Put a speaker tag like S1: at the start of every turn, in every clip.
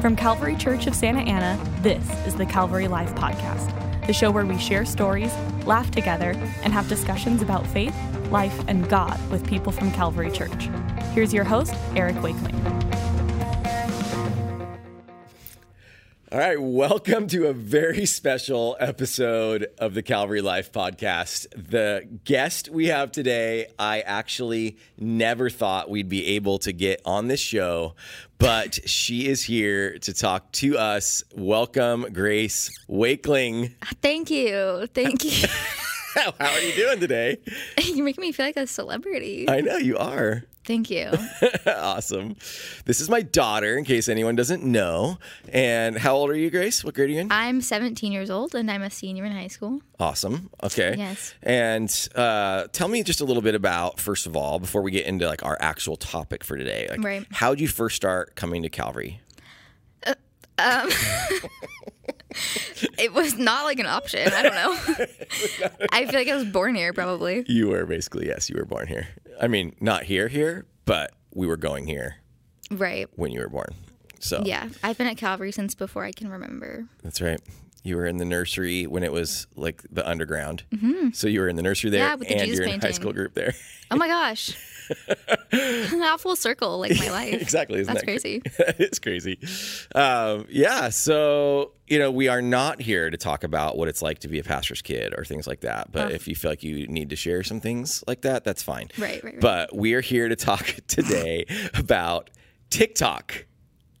S1: From Calvary Church of Santa Ana, this is the Calvary Life Podcast, the show where we share stories, laugh together, and have discussions about faith, life, and God with people from Calvary Church. Here's your host, Eric Wakeling.
S2: All right, welcome to a very special episode of the Calvary Life podcast. The guest we have today, I actually never thought we'd be able to get on this show, but she is here to talk to us. Welcome, Grace Wakeling.
S3: Thank you. Thank you.
S2: How are you doing today?
S3: you make me feel like a celebrity.
S2: I know you are.
S3: Thank you.
S2: awesome. This is my daughter, in case anyone doesn't know. And how old are you, Grace? What grade are you in?
S3: I'm 17 years old and I'm a senior in high school.
S2: Awesome. Okay.
S3: Yes.
S2: And uh, tell me just a little bit about first of all, before we get into like our actual topic for today. Like,
S3: Right.
S2: How did you first start coming to Calvary?
S3: It was not like an option. I don't know. I feel like I was born here probably.
S2: You were basically yes, you were born here. I mean, not here, here, but we were going here
S3: Right.
S2: when you were born. So
S3: Yeah. I've been at Calvary since before I can remember.
S2: that's right. You were in the nursery when it was like the underground. So you were in the nursery there,
S3: Mm-hmm. Yeah, with the
S2: and
S3: Jesus
S2: you're in high
S3: painting.
S2: school group there.
S3: Oh my gosh. Not full circle like my life.
S2: exactly. Isn't
S3: That's
S2: that cra-
S3: crazy.
S2: that is crazy. Um, yeah. So, you know, we are not here to talk about what it's like to be a pastor's kid or things like that. But if you feel like you need to share some things like that, that's fine.
S3: Right, right, right.
S2: But we are here to talk today about TikTok.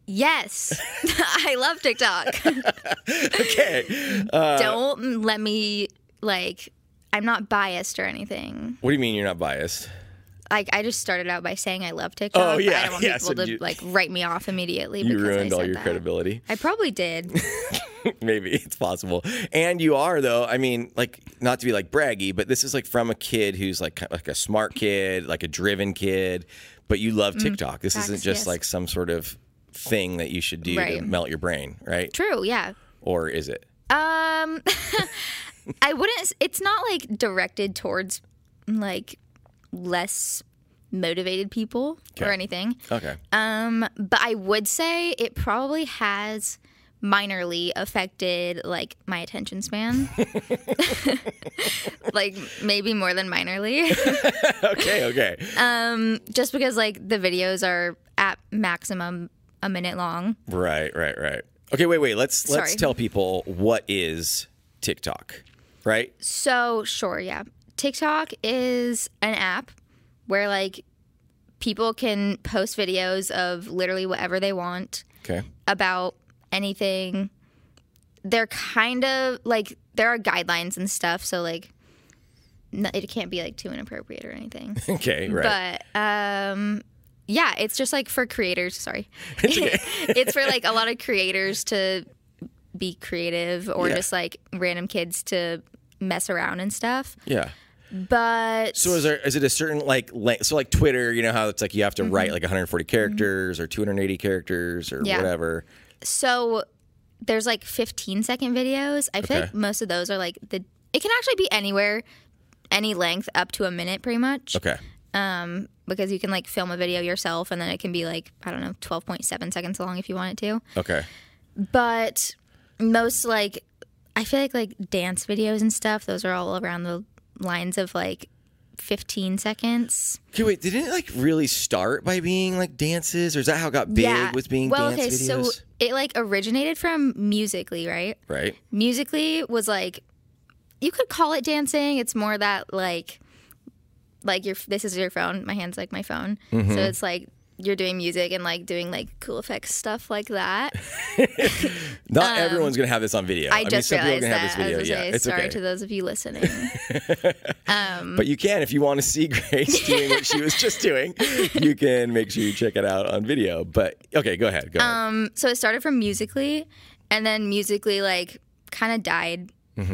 S3: Yes. I love TikTok.
S2: Okay. uh,
S3: don't let me like I'm not biased or anything.
S2: What do you mean you're not biased?
S3: like I just started out by saying I love TikTok.
S2: Oh,
S3: but
S2: yeah,
S3: I don't want
S2: yeah,
S3: people
S2: so
S3: to
S2: you-
S3: like write me off immediately.
S2: You
S3: because
S2: ruined
S3: I
S2: all
S3: said
S2: your
S3: that.
S2: credibility.
S3: I probably did.
S2: Maybe it's possible. And you are though. I mean, like not to be like braggy, but this is like from a kid who's like like a smart kid, like a driven kid, but you love TikTok. This isn't
S3: Mm-hmm. facts,
S2: just
S3: yes.
S2: like some sort of thing that you should do to
S3: Right.
S2: melt your brain, right?
S3: True, yeah.
S2: Or is it?
S3: Um I wouldn't it's not like directed towards like less motivated people or
S2: Okay.
S3: anything.
S2: Okay.
S3: Um but I would say it probably has minorly affected like my attention span. like maybe more than minorly.
S2: okay, okay.
S3: just because like the videos are at maximum a minute long.
S2: right, right, right. Okay, wait, wait. Let's let's
S3: Sorry.
S2: tell people what is TikTok, right?
S3: So, sure, yeah. TikTok is an app where like people can post videos of literally whatever they want
S2: Okay.
S3: about anything. They're kind of like there are guidelines and stuff, so like no, it can't be like too inappropriate or anything.
S2: Okay, right.
S3: But um yeah, it's just like for creators, sorry. it's for like a lot of creators to be creative or
S2: Yeah.
S3: just like random kids to mess around and stuff.
S2: yeah.
S3: But
S2: So is there is it a certain like length? So like Twitter, you know how it's like you have
S3: Mm-hmm.
S2: to write like 140 characters or 280 characters or
S3: Yeah.
S2: whatever.
S3: so there's like 15 second videos. I feel
S2: Okay.
S3: like most of those are like the it can actually be anywhere any length up to a minute pretty much
S2: Okay.
S3: because you can like film a video yourself and then it can be like I don't know 12.7 seconds long if you want it to.
S2: Okay.
S3: but most like I feel like like dance videos and stuff. Those are all around the lines of like 15 seconds.
S2: Okay, wait, didn't it like really start by being like dances or is that how it got big was being
S3: well,
S2: dance
S3: okay.
S2: videos?
S3: So it like originated from Musically, right?
S2: right.
S3: Musically was like you could call it dancing. It's more that like like your this is your phone. My hand's like my phone,
S2: Mm-hmm.
S3: so it's like you're doing music and like doing like cool effects stuff like that.
S2: Not everyone's going to have this on video.
S3: um, I, just
S2: mean, some people are going
S3: realized
S2: to
S3: that.
S2: have this
S3: I was
S2: video.
S3: gonna
S2: yeah,
S3: say
S2: it's
S3: sorry
S2: okay.
S3: to those of you listening.
S2: but you can if you want to see Grace doing what she was just doing. You can make sure you check it out on video. But okay, go ahead. Go ahead.
S3: Mm, so it started from musically and then musically like kind of died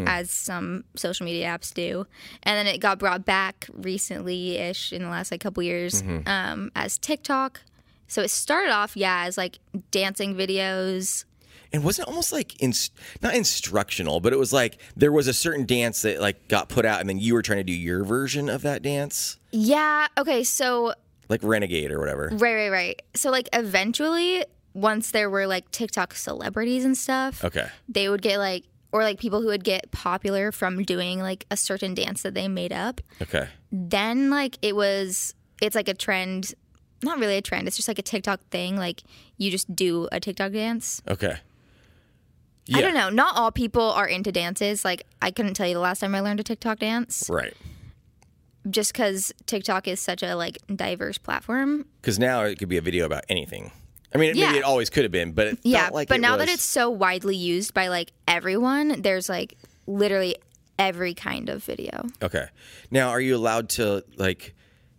S3: as some social media apps do and then it got brought back recently ish in the last like couple years um, as tiktok so it started off yeah as like dancing videos
S2: and wasn't it almost like ins- not instructional, but it was like there was a certain dance that like got put out, and then you were trying to do your version of that dance,
S3: yeah okay so
S2: like Renegade or whatever.
S3: Mm. right right right so like eventually once there were like TikTok celebrities and stuff,
S2: Okay.
S3: they would get like or like people who would get popular from doing like a certain dance that they made up.
S2: Okay.
S3: Then like it was it's like a trend, not really a trend. It's just like a TikTok thing. Like you just do a TikTok dance.
S2: Okay.
S3: I don't know. Not all people are into dances. Like I couldn't tell you the last time I learned a TikTok dance,
S2: Right.
S3: just because TikTok is such a like diverse platform.
S2: Because now it could be a video about anything. I mean,
S3: Yeah.
S2: maybe it always could have been, but it
S3: Yeah,
S2: felt like
S3: but
S2: it
S3: now that
S2: was-
S3: it's so widely used by like everyone, there's like literally every kind of video.
S2: Okay. Now, are you allowed to like?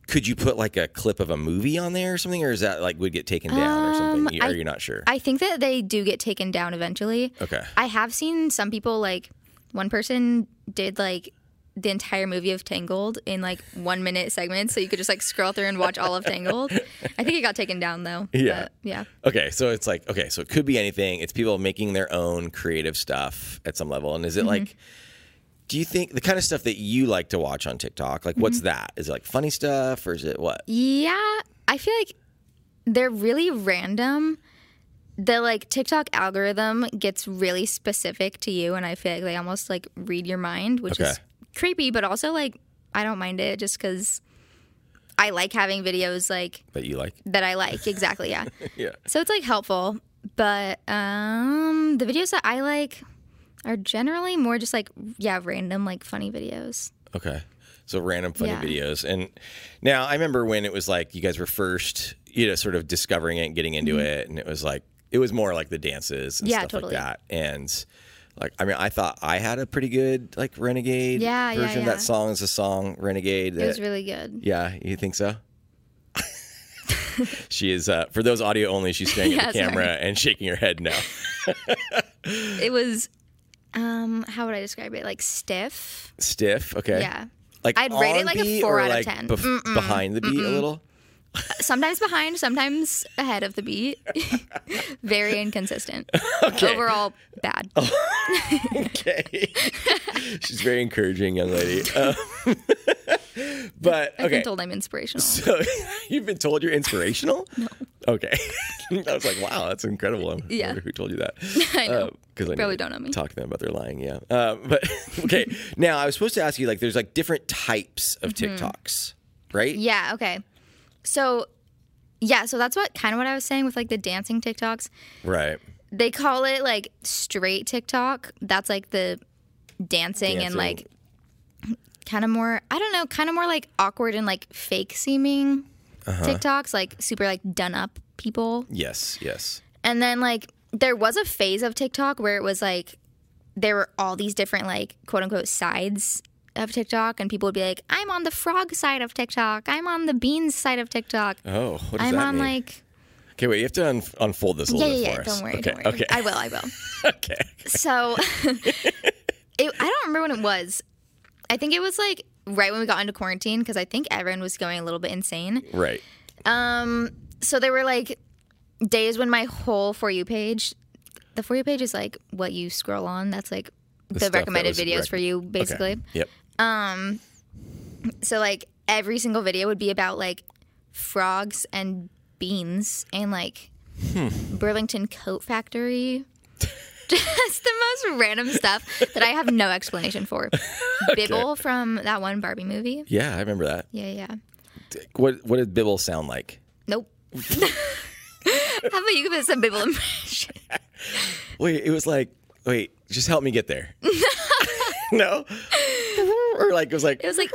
S2: Could you put like a clip of a movie on there or something, or is that like would get taken down or something? You- Or
S3: Um, I-
S2: you're not sure?
S3: I think that they do get taken down eventually.
S2: okay.
S3: I have seen some people like one person did like the entire movie of Tangled in like one minute segments, so you could just like scroll through and watch all of Tangled. I think it got taken down though.
S2: Yeah.
S3: but, yeah.
S2: Okay, so it's like okay, so it could be anything. It's people making their own creative stuff at some level. And is it like
S3: Mm-hmm.
S2: do you think the kind of stuff that you like to watch on TikTok? Like what's that? Is it like funny stuff or is it what?
S3: Yeah, I feel like they're really random. The like TikTok algorithm gets really specific to you, and I feel like they almost like read your mind, which is
S2: Okay.
S3: creepy, but also like I don't mind it just because I like having videos like
S2: That you like?
S3: that I like. Exactly, yeah.
S2: Yeah.
S3: So it's like helpful, but um, the videos that I like are generally more just like yeah, random like funny videos.
S2: Okay. So random funny
S3: Yeah.
S2: videos. And now I remember when it was like you guys were first, you know, sort of discovering it and getting into it. And it was like, it was more like the dances and
S3: Mm-hmm. Yeah,
S2: stuff
S3: totally.
S2: like that. And like, I mean, I thought I had a pretty good like Renegade
S3: Yeah, yeah,
S2: version of
S3: yeah.
S2: that song is a song Renegade.
S3: It was
S2: that-
S3: really good.
S2: yeah. You think so? she is, uh, for those audio only, she's staring
S3: Yeah,
S2: at the
S3: sorry.
S2: camera and shaking her head no.
S3: It was um, how would I describe it? Like stiff.
S2: Stiff. Okay.
S3: Yeah.
S2: Like
S3: I'd rate it
S2: on
S3: like a
S2: beat
S3: four
S2: or,
S3: out of
S2: like,
S3: 10.
S2: bef- behind the beat a little.
S3: Sometimes behind, sometimes ahead of the beat. Very inconsistent. Overall, bad.
S2: okay. She's very encouraging, young lady. Um, but
S3: I've
S2: okay,
S3: been told I'm inspirational.
S2: so you've been told you're inspirational. Okay, I was like, wow, that's incredible. I'm- I
S3: Yeah.
S2: wonder who told you that?
S3: I know.
S2: Because Uh, I
S3: Probably
S2: need to
S3: don't know me.
S2: Talk to them about their lying. Yeah. Um, but okay, now I was supposed to ask you like, there's like different types of TikToks, right?
S3: Mm-hmm. Yeah, okay. So, yeah, so that's what kind of what I was saying with like the dancing TikToks.
S2: Right.
S3: They call it like straight TikTok. That's like the dancing, and
S2: Dancing.
S3: like kind of more, I don't know, kind of more like awkward and like fake seeming
S2: Uh-huh.
S3: TikToks, like super like done up people.
S2: Yes. Yes.
S3: And then like there was a phase of TikTok where it was like there were all these different like quote unquote sides of TikTok and people would be like, I'm on the frog side of TikTok, I'm on the beans side of TikTok.
S2: Oh, what does
S3: I'm
S2: that
S3: on
S2: mean?
S3: like
S2: okay, wait. You have to un- unfold this a
S3: Yeah,
S2: little bit
S3: yeah, yeah.
S2: for us.
S3: Don't worry,
S2: okay,
S3: don't worry.
S2: Okay.
S3: I will, I will.
S2: okay.
S3: So it, I don't remember when it was. I think it was like right when we got into quarantine because I think everyone was going a little bit insane.
S2: Right.
S3: so there were like days when my whole for you page the for you page is like what you scroll on that's like the,
S2: stuff that
S3: recommended
S2: was
S3: videos
S2: rec-
S3: for you basically
S2: Okay. Yep.
S3: so like every single video would be about like frogs and beans and like
S2: Hmm.
S3: burlington coat factory just the most random stuff that i have no explanation for bibble from that one barbie movie
S2: Yeah, I remember that.
S3: yeah yeah
S2: What what did Bibble sound like?
S3: nope how about you give us a bibble impression
S2: Wait, it was like, wait, just help me get there. no, or like it was like,
S3: It was like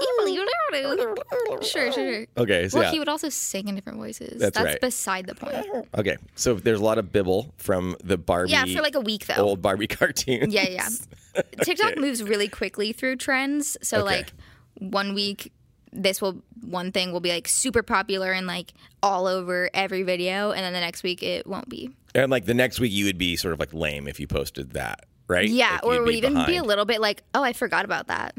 S3: evil. sure, sure, sure.
S2: okay, so Oh,
S3: Well,
S2: yeah.
S3: he would also sing in different voices.
S2: That's
S3: That's,
S2: right.
S3: beside the point.
S2: okay. So there's a lot of Bibble from the Barbie,
S3: Yeah, for like a week though.
S2: old Barbie cartoon.
S3: Yeah, yeah. TikTok moves really quickly through trends. So
S2: Okay.
S3: like one week this will one thing will be like super popular and like all over every video and then the next week it won't be.
S2: and like the next week you would be sort of like lame if you posted that, right?
S3: Yeah,
S2: Like,
S3: or
S2: you'd
S3: it would even be a
S2: behind
S3: little bit like, "Oh, I forgot about that."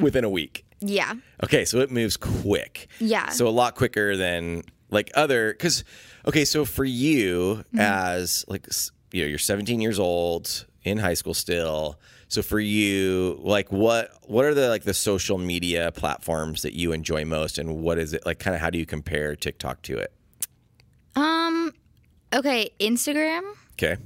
S2: within a week.
S3: Yeah.
S2: Okay, so it moves quick.
S3: Yeah.
S2: So a lot quicker than like other because okay, so for you
S3: Mm-hmm.
S2: as like s- you know you're 17 years old in high school still. So for you, like what what are the like the social media platforms that you enjoy most, and what is it like? Kind of how do you compare TikTok to it?
S3: Um, Okay, Instagram.
S2: Okay.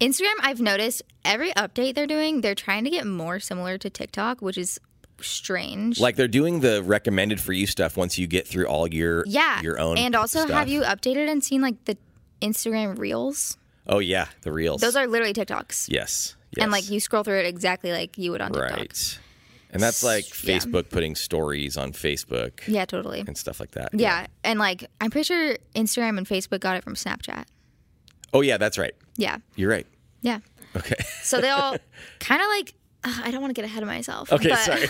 S3: Instagram, I've noticed every update they're doing, they're trying to get more similar to TikTok, which is strange.
S2: Like they're doing the recommended for you stuff once you get through all your
S3: yeah,
S2: your own
S3: And also,
S2: stuff.
S3: have you updated and seen like the Instagram Reels?
S2: Oh yeah, the reels.
S3: Those are literally
S2: yes,
S3: TikToks,
S2: yes.
S3: and like you scroll through it exactly like you would on TikTok.
S2: right. And that's like
S3: yeah.
S2: Facebook putting stories on Facebook
S3: Yeah, totally.
S2: and stuff like that.
S3: Yeah. and like I'm pretty sure Instagram and Facebook got it from Snapchat.
S2: Oh yeah, that's right.
S3: Yeah,
S2: You're right.
S3: yeah.
S2: Okay.
S3: So they all kind of like ugh, I don't want to get ahead of myself.
S2: Okay,
S3: but,
S2: sorry.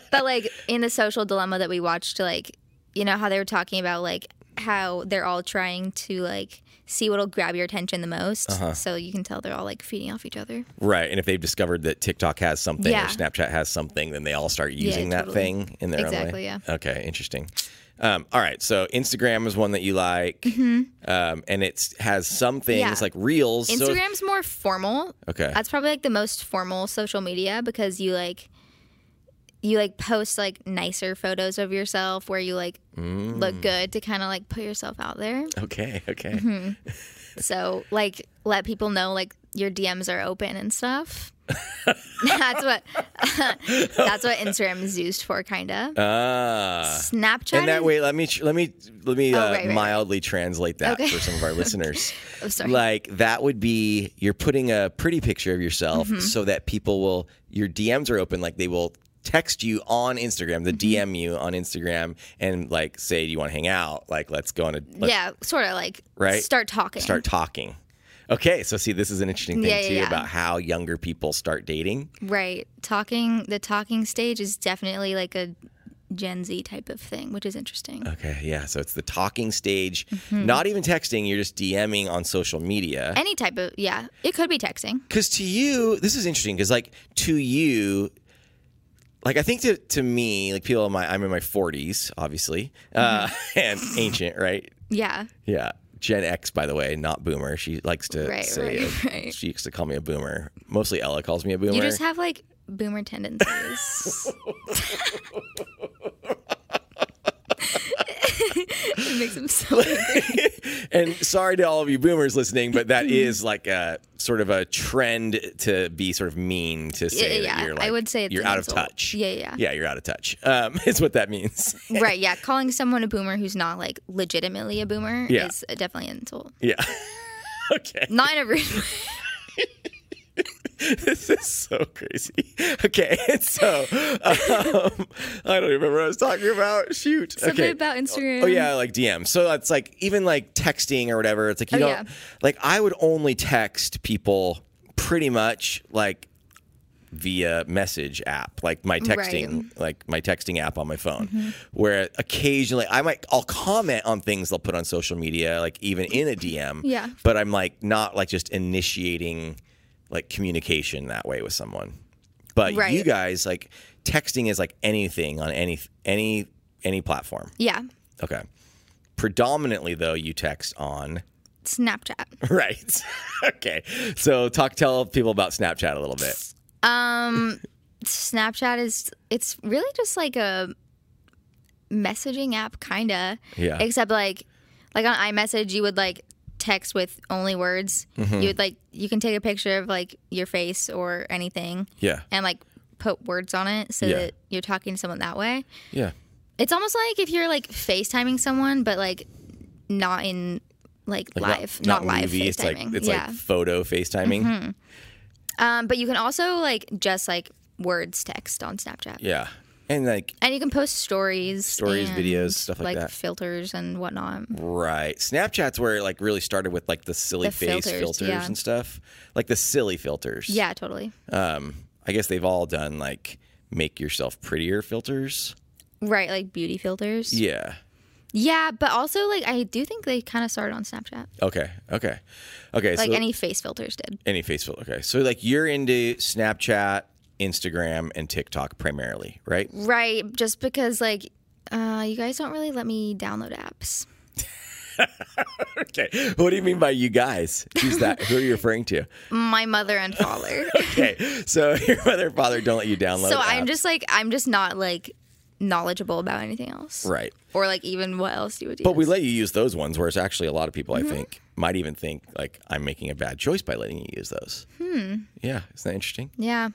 S3: but like in the social dilemma that we watched, like you know how they were talking about like how they're all trying to like see what'll grab your attention the most.
S2: Uh-huh.
S3: So you can tell they're all like feeding off each other.
S2: Right. And if they've discovered that TikTok has something
S3: Yeah.
S2: or Snapchat has something, then they all start using that
S3: totally.
S2: thing in their own way.
S3: Exactly, yeah.
S2: Okay. Interesting. Um, all right. So Instagram is one that you like. Um, and it has some things
S3: Mm-hmm. Yeah.
S2: like reels. So,
S3: Instagram's more formal.
S2: okay.
S3: That's probably like the most formal social media because you like you like post like nicer photos of yourself where you like
S2: Mm.
S3: look good to kind of like put yourself out there.
S2: okay. Okay.
S3: Mm-hmm. So like let people know like your DMs are open and stuff. that's what that's what Instagram is used for kind of.
S2: Ah.
S3: Snapchat
S2: And that way, let me tr- let me let me uh,
S3: Oh, right, right, right.
S2: mildly translate that
S3: Okay.
S2: for some of our listeners.
S3: oh, sorry.
S2: Like that would be you're putting a pretty picture of yourself
S3: Mm-hmm.
S2: so that people will your DMs are open, like they will text you on Instagram,
S3: Mm-hmm.
S2: the DM you on Instagram, and like say do you want to hang out, like let's go on a let's
S3: yeah, sort of like
S2: Right?
S3: start talking.
S2: start talking. Okay, so see, this is an interesting thing
S3: Yeah, yeah,
S2: too
S3: yeah.
S2: about how younger people start dating.
S3: Right. Talking the talking stage is definitely like a Gen Z type of thing, which is interesting.
S2: Okay, yeah, so it's the talking stage,
S3: Mm-hmm.
S2: not even texting, you're just DMing on social media.
S3: Any type of yeah, it could be texting.
S2: because to you this is interesting because like to you like i think to, to me like people in my i'm in my 40s obviously uh,
S3: Mm-hmm.
S2: and ancient right
S3: Yeah.
S2: yeah gen x by the way not boomer she likes to
S3: Right,
S2: say
S3: right,
S2: a-
S3: right.
S2: she used to call me a boomer mostly ella calls me a boomer
S3: You just have like boomer tendencies. it makes him so angry.
S2: and sorry to all of you boomers listening but that is like a sort of a trend to be sort of mean to say
S3: yeah,
S2: that you're like
S3: I would say it's
S2: you're
S3: an
S2: out of
S3: insult.
S2: touch
S3: Yeah, yeah.
S2: yeah you're out of touch um, is what that means
S3: Right, yeah. Calling someone a boomer who's not like legitimately a boomer
S2: Yeah.
S3: is definitely an insult.
S2: yeah okay
S3: Not in a rude way.
S2: this is so crazy. Okay, so um, I don't remember what I was talking about. Shoot.
S3: Something
S2: okay.
S3: about Instagram.
S2: Oh yeah, like DM. So that's like even like texting or whatever. It's like you
S3: Oh,
S2: know,
S3: yeah.
S2: like I would only text people pretty much like via message app, like my texting, like my texting app on my phone.
S3: Mm-hmm.
S2: Where occasionally I might I'll comment on things they'll put on social media, like even in a DM.
S3: Yeah.
S2: But I'm like not like just initiating like communication that way with someone. But
S3: Right.
S2: you guys like texting is like anything on any any any platform.
S3: Yeah.
S2: Okay. Predominantly though, you text on
S3: Snapchat.
S2: right. okay. So talk tell people about Snapchat a little bit.
S3: Um, Snapchat is it's really just like a messaging app kinda.
S2: Yeah.
S3: Except like like on iMessage you would like text with only words.
S2: Mm-hmm.
S3: You would like you can take a picture of like your face or anything
S2: Yeah.
S3: and like put words on it so
S2: Yeah.
S3: that you're talking to someone that way.
S2: Yeah.
S3: It's almost like if you're like FaceTiming someone but like not in like,
S2: Like,
S3: live, not, live
S2: movie. It's like
S3: FaceTiming.
S2: it's
S3: yeah. Mm-hmm.
S2: like photo FaceTiming.
S3: um but you can also like just like words text on Snapchat.
S2: Yeah. And like
S3: And you can post stories,
S2: Stories,
S3: and,
S2: videos, stuff like that.
S3: filters and whatnot.
S2: right. Snapchat's where it like really started with like the silly
S3: The
S2: face filters,
S3: filters, yeah.
S2: and stuff. Like the silly filters.
S3: Yeah, totally.
S2: Um I guess they've all done like make yourself prettier filters.
S3: Right, like beauty filters. Yeah,
S2: Yeah.
S3: but also like I do think they kind of started on Snapchat,
S2: Okay. Okay. Okay.
S3: like
S2: so
S3: any face filters did.
S2: Any Facebook. Okay. So like you're into Snapchat, Instagram, and TikTok primarily, right?
S3: Right, just because like uh, you guys don't really let me download apps.
S2: Okay. What do you mean by you guys? Who's that? Who are you referring to?
S3: My mother and father.
S2: Okay. So your mother and father don't let you download.
S3: so I'm
S2: apps.
S3: just like I'm just not like knowledgeable about anything else.
S2: Right.
S3: Or like even what else you would use.
S2: But we let you use those ones, whereas actually a lot of people, I think, might even think like I'm making a bad choice by letting you use those. Hmm. Yeah, isn't that interesting?
S3: yeah.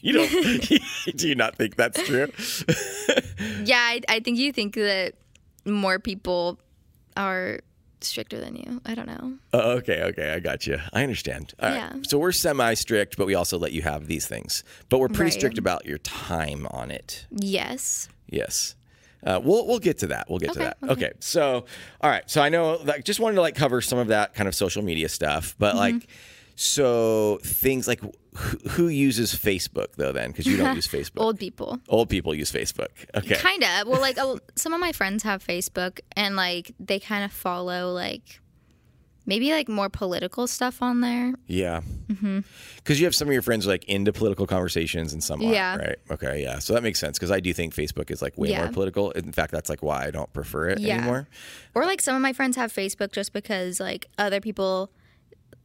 S2: You don't? do you not think that's true?
S3: Yeah, I, I think you think that more people are stricter than you. I don't know.
S2: Oh, okay, okay, I got you. I understand. All right.
S3: Yeah.
S2: So we're semi-strict, but we also let you have these things. But we're pretty
S3: Right.
S2: strict about your time on it.
S3: Yes.
S2: Yes. Uh, we'll we'll get to that. We'll get to
S3: Okay,
S2: that. Okay. So, all right. So I know like just wanted to like cover some of that kind of social media stuff, but
S3: Mm-hmm.
S2: like so things like who, who uses Facebook though then because you don't use Facebook.
S3: Old people.
S2: Old people use Facebook. Okay.
S3: Kind of. Well, like a, some of my friends have Facebook and like they kind of follow like maybe like more political stuff on there.
S2: yeah. Because
S3: Mm-hmm.
S2: you have some of your friends like into political conversations and some aren't,
S3: Yeah.
S2: right? Okay. Yeah. So that makes sense because I do think Facebook is like way
S3: Yeah.
S2: more political. In fact, that's like why I don't prefer it
S3: Yeah.
S2: anymore.
S3: Or like some of my friends have Facebook just because like other people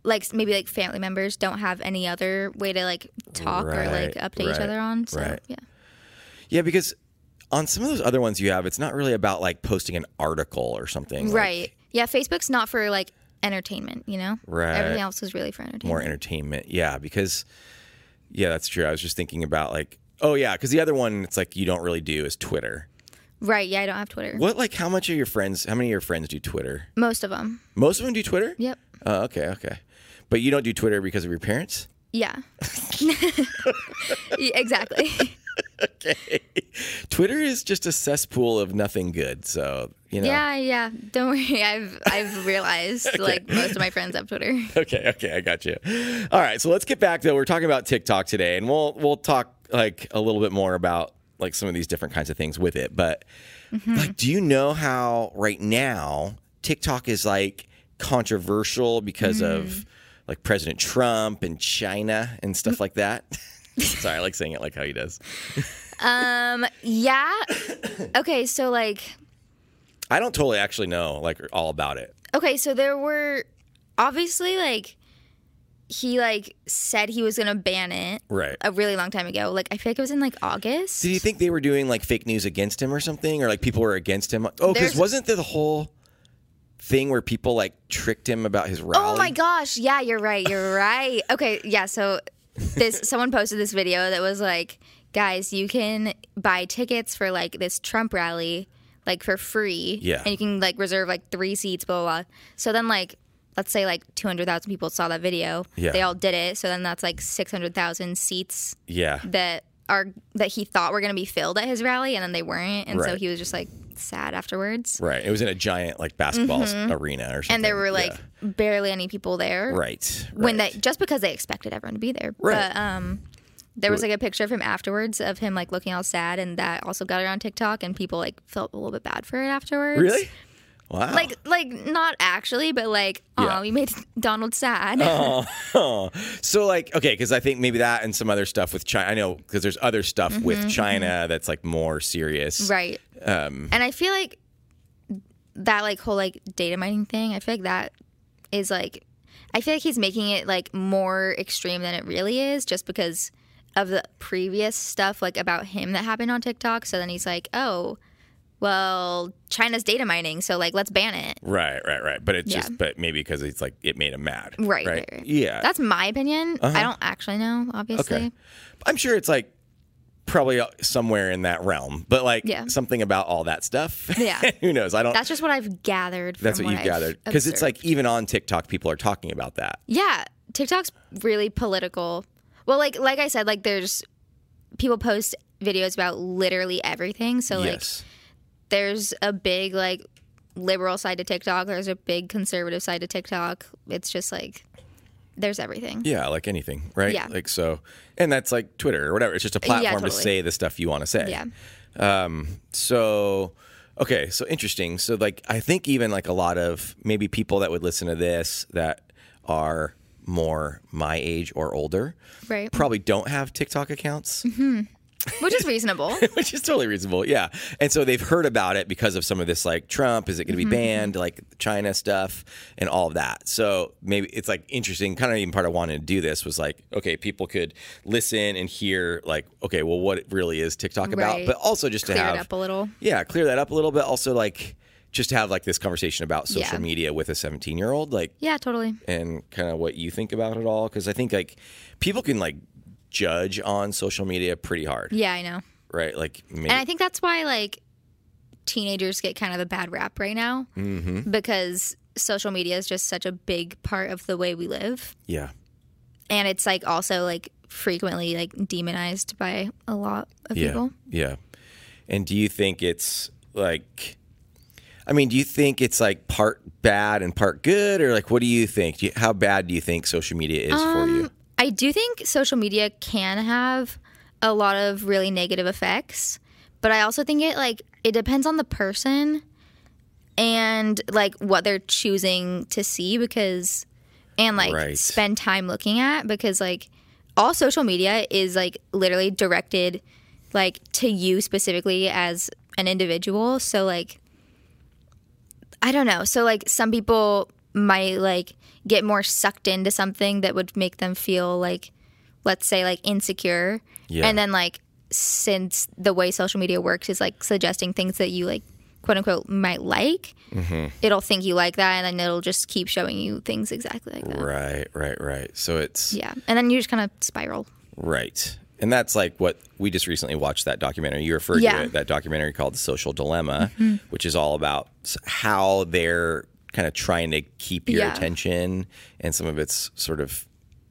S3: like maybe like family members don't have any other way to like talk or like
S2: Right,
S3: update
S2: right,
S3: each other on. So
S2: right.
S3: yeah.
S2: Yeah, because on some of those other ones you have, it's not really about like posting an article or something. like,
S3: right. Yeah, Facebook's not for like entertainment, you know?
S2: Right.
S3: Everything else is really for entertainment.
S2: more entertainment. Yeah, because yeah, that's true. I was just thinking about like, oh yeah, because the other one it's like you don't really do is Twitter.
S3: Right. Yeah, I don't have Twitter.
S2: What like how much of your friends? How many of your friends do Twitter?
S3: Most of them.
S2: Most of them do Twitter.
S3: Yep.
S2: Oh, okay, okay. But you don't do Twitter because of your parents.
S3: Yeah. Yeah, exactly.
S2: Twitter is just a cesspool of nothing good. So you know.
S3: Yeah, yeah. Don't worry. I've I've realized like most of my friends have Twitter.
S2: okay, okay, I got you. All right, so let's get back though. We're talking about TikTok today, and we'll we'll talk like a little bit more about like some of these different kinds of things with it. But like, do you know how right now TikTok is like controversial because of like President Trump and China and stuff like that? Sorry, I like saying it like how he does.
S3: Um. Yeah. Okay. So like.
S2: I don't totally actually know like all about it.
S3: Okay. So there were obviously like he like said he was gonna ban it
S2: Right.
S3: a really long time ago. Like I feel like it was in like August.
S2: Did you think they were doing like fake news against him or something, or like people were against him? Oh, because
S3: There's-
S2: wasn't there the whole thing where people like tricked him about his rally?
S3: Oh my gosh. Yeah, you're right. You're right. Okay, yeah, so this someone posted this video that was like, guys, you can buy tickets for like this Trump rally like for free.
S2: Yeah.
S3: And you can like reserve like 3 seats blah blah. blah. So then like let's say like 200,000 people saw that video.
S2: Yeah.
S3: They all did it. So then that's like 600,000 seats
S2: Yeah,
S3: that are that he thought were going to be filled at his rally and then they weren't and so
S2: Right.
S3: he was just like sad afterwards.
S2: right. It was in a giant like basketball s- arena or something.
S3: Mm-hmm. And there were like
S2: Yeah.
S3: barely any people there.
S2: right,
S3: when
S2: right.
S3: they just because they expected everyone to be there.
S2: Right.
S3: But um there was like a picture of him afterwards of him like looking all sad and that also got around TikTok and people like felt a little bit bad for it afterwards.
S2: really wow.
S3: Like like not actually, but like, oh,
S2: Yeah. Uh-huh.
S3: we made Donald sad.
S2: Oh, so like okay, because I think maybe that and some other stuff with China. I know because there's other stuff with China that's like more serious.
S3: Mm-hmm. right. Um and I feel like that like whole like data mining thing, I feel like that is like I feel like he's making it like more extreme than it really is just because of the previous stuff like about him that happened on TikTok. So then he's like, "Oh, well, China's data mining, so like let's ban it."
S2: Right, right, right. But it's
S3: Yeah.
S2: just, but maybe because it's like it made him mad.
S3: Right,
S2: right.
S3: right, right.
S2: Yeah. Uh-huh.
S3: That's my opinion. I don't actually know, obviously.
S2: Okay. I'm sure it's like probably uh, somewhere in that realm, but like
S3: Yeah.
S2: something about all that stuff.
S3: Yeah.
S2: Who knows? I don't.
S3: That's just what I've gathered. From
S2: That's what
S3: what
S2: you've
S3: I've
S2: gathered. Because it's
S3: observed.
S2: like even on TikTok, people are talking about that.
S3: Yeah, TikTok's really political. Well, like like I said, like there's people post videos about literally everything. So like
S2: yes.
S3: there's a big like liberal side to TikTok, there's a big conservative side to TikTok. It's just like there's everything.
S2: Yeah, like anything, right?
S3: Yeah.
S2: Like so, and that's like Twitter or whatever. It's just a platform to
S3: totally.
S2: say the stuff you want to say.
S3: Yeah.
S2: Um. So, okay. So interesting. So like, I think even like a lot of maybe people that would listen to this that are more my age or older,
S3: Right.
S2: probably don't have TikTok accounts.
S3: which is reasonable.
S2: which is totally reasonable. Yeah. And so they've heard about it because of some of this, like Trump, is it
S3: Mm-hmm.
S2: going to be banned, like China stuff and all of that. So maybe it's like interesting, kind of even part I wanted to do this was like, okay, people could listen and hear, like, okay, well, what it really is TikTok about,
S3: Right.
S2: but also just to
S3: Clear
S2: have,
S3: it up a little.
S2: yeah, clear that up a little bit. Also, like, just to have like this conversation about social
S3: Yeah.
S2: media with a 17 year old, like,
S3: Yeah, totally.
S2: and kind of what you think about it all. Cause I think like people can like judge on social media pretty hard,
S3: Yeah, I know.
S2: right? Like, maybe.
S3: Mm. And I think that's why like teenagers get kind of a bad rap right now
S2: Mm-hmm.
S3: because social media is just such a big part of the way we live.
S2: yeah.
S3: And it's like also like frequently like demonized by a lot of
S2: Yeah.
S3: people.
S2: Yeah. And do you think it's like, I mean, do you think it's like part bad and part good, or like what do you think? Do you, how bad do you think social media is for you?
S3: I do think social media can have a lot of really negative effects, but I also think it like it depends on the person and like what they're choosing to see because and like
S2: Right.
S3: spend time looking at because like all social media is like literally directed like to you specifically as an individual. So like I don't know. So like some people might like get more sucked into something that would make them feel like let's say like insecure.
S2: Yeah.
S3: And then like since the way social media works is like suggesting things that you like quote unquote might like,
S2: Mm-hmm.
S3: it'll think you like that and then it'll just keep showing you things exactly like that.
S2: Right, right, right. So it's
S3: Yeah. And then you just kind of spiral.
S2: right. And that's like what we just recently watched that documentary. You referred
S3: Yeah. Mm-hmm.
S2: to it, that documentary called The Social Dilemma, which is all about s- how they're kind of trying to keep your
S3: Yeah.
S2: attention and some of it's sort of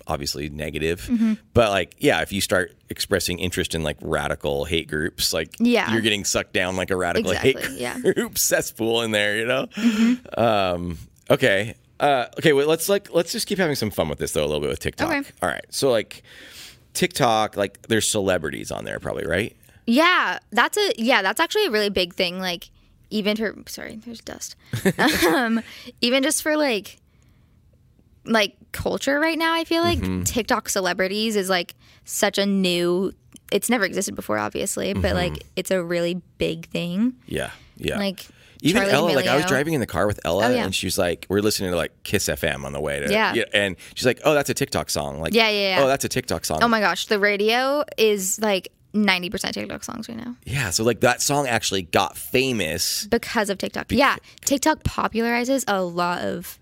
S2: obviously negative.
S3: Mm-hmm.
S2: But like, yeah, if you start expressing interest in like radical hate groups, like
S3: Yeah.
S2: you're getting sucked down like a radical hate
S3: Exactly, yeah. Mm-hmm.
S2: group cesspool in there, you know? Um, okay. Uh, okay. Wait, let's like, let's just keep having some fun with this though, a little bit with TikTok.
S3: Okay.
S2: All right. So like TikTok, like there's celebrities on there probably, right?
S3: Yeah, that's a yeah, that's actually a really big thing. Like even for sorry, there's dust. um, even just for like like culture right now, I feel like
S2: Mm-hmm.
S3: TikTok celebrities is like such a new. It's never existed before, obviously, but like it's a really big thing.
S2: Yeah. Mm-hmm. Yeah.
S3: Like
S2: Even
S3: Charli
S2: Ella, like I was
S3: D'Amelio.
S2: driving in the car with Ella,
S3: Oh, yeah.
S2: and she was like, "We're listening to like Kiss FM on the way to."
S3: Yeah.
S2: and she's like, "Oh, that's a TikTok song." Like,
S3: Yeah, yeah, yeah.
S2: Oh, that's a TikTok song.
S3: Oh my gosh, the radio is like ninety percent TikTok songs right now
S2: yeah. So like that song actually got famous.
S3: because of TikTok. yeah, TikTok popularizes a lot of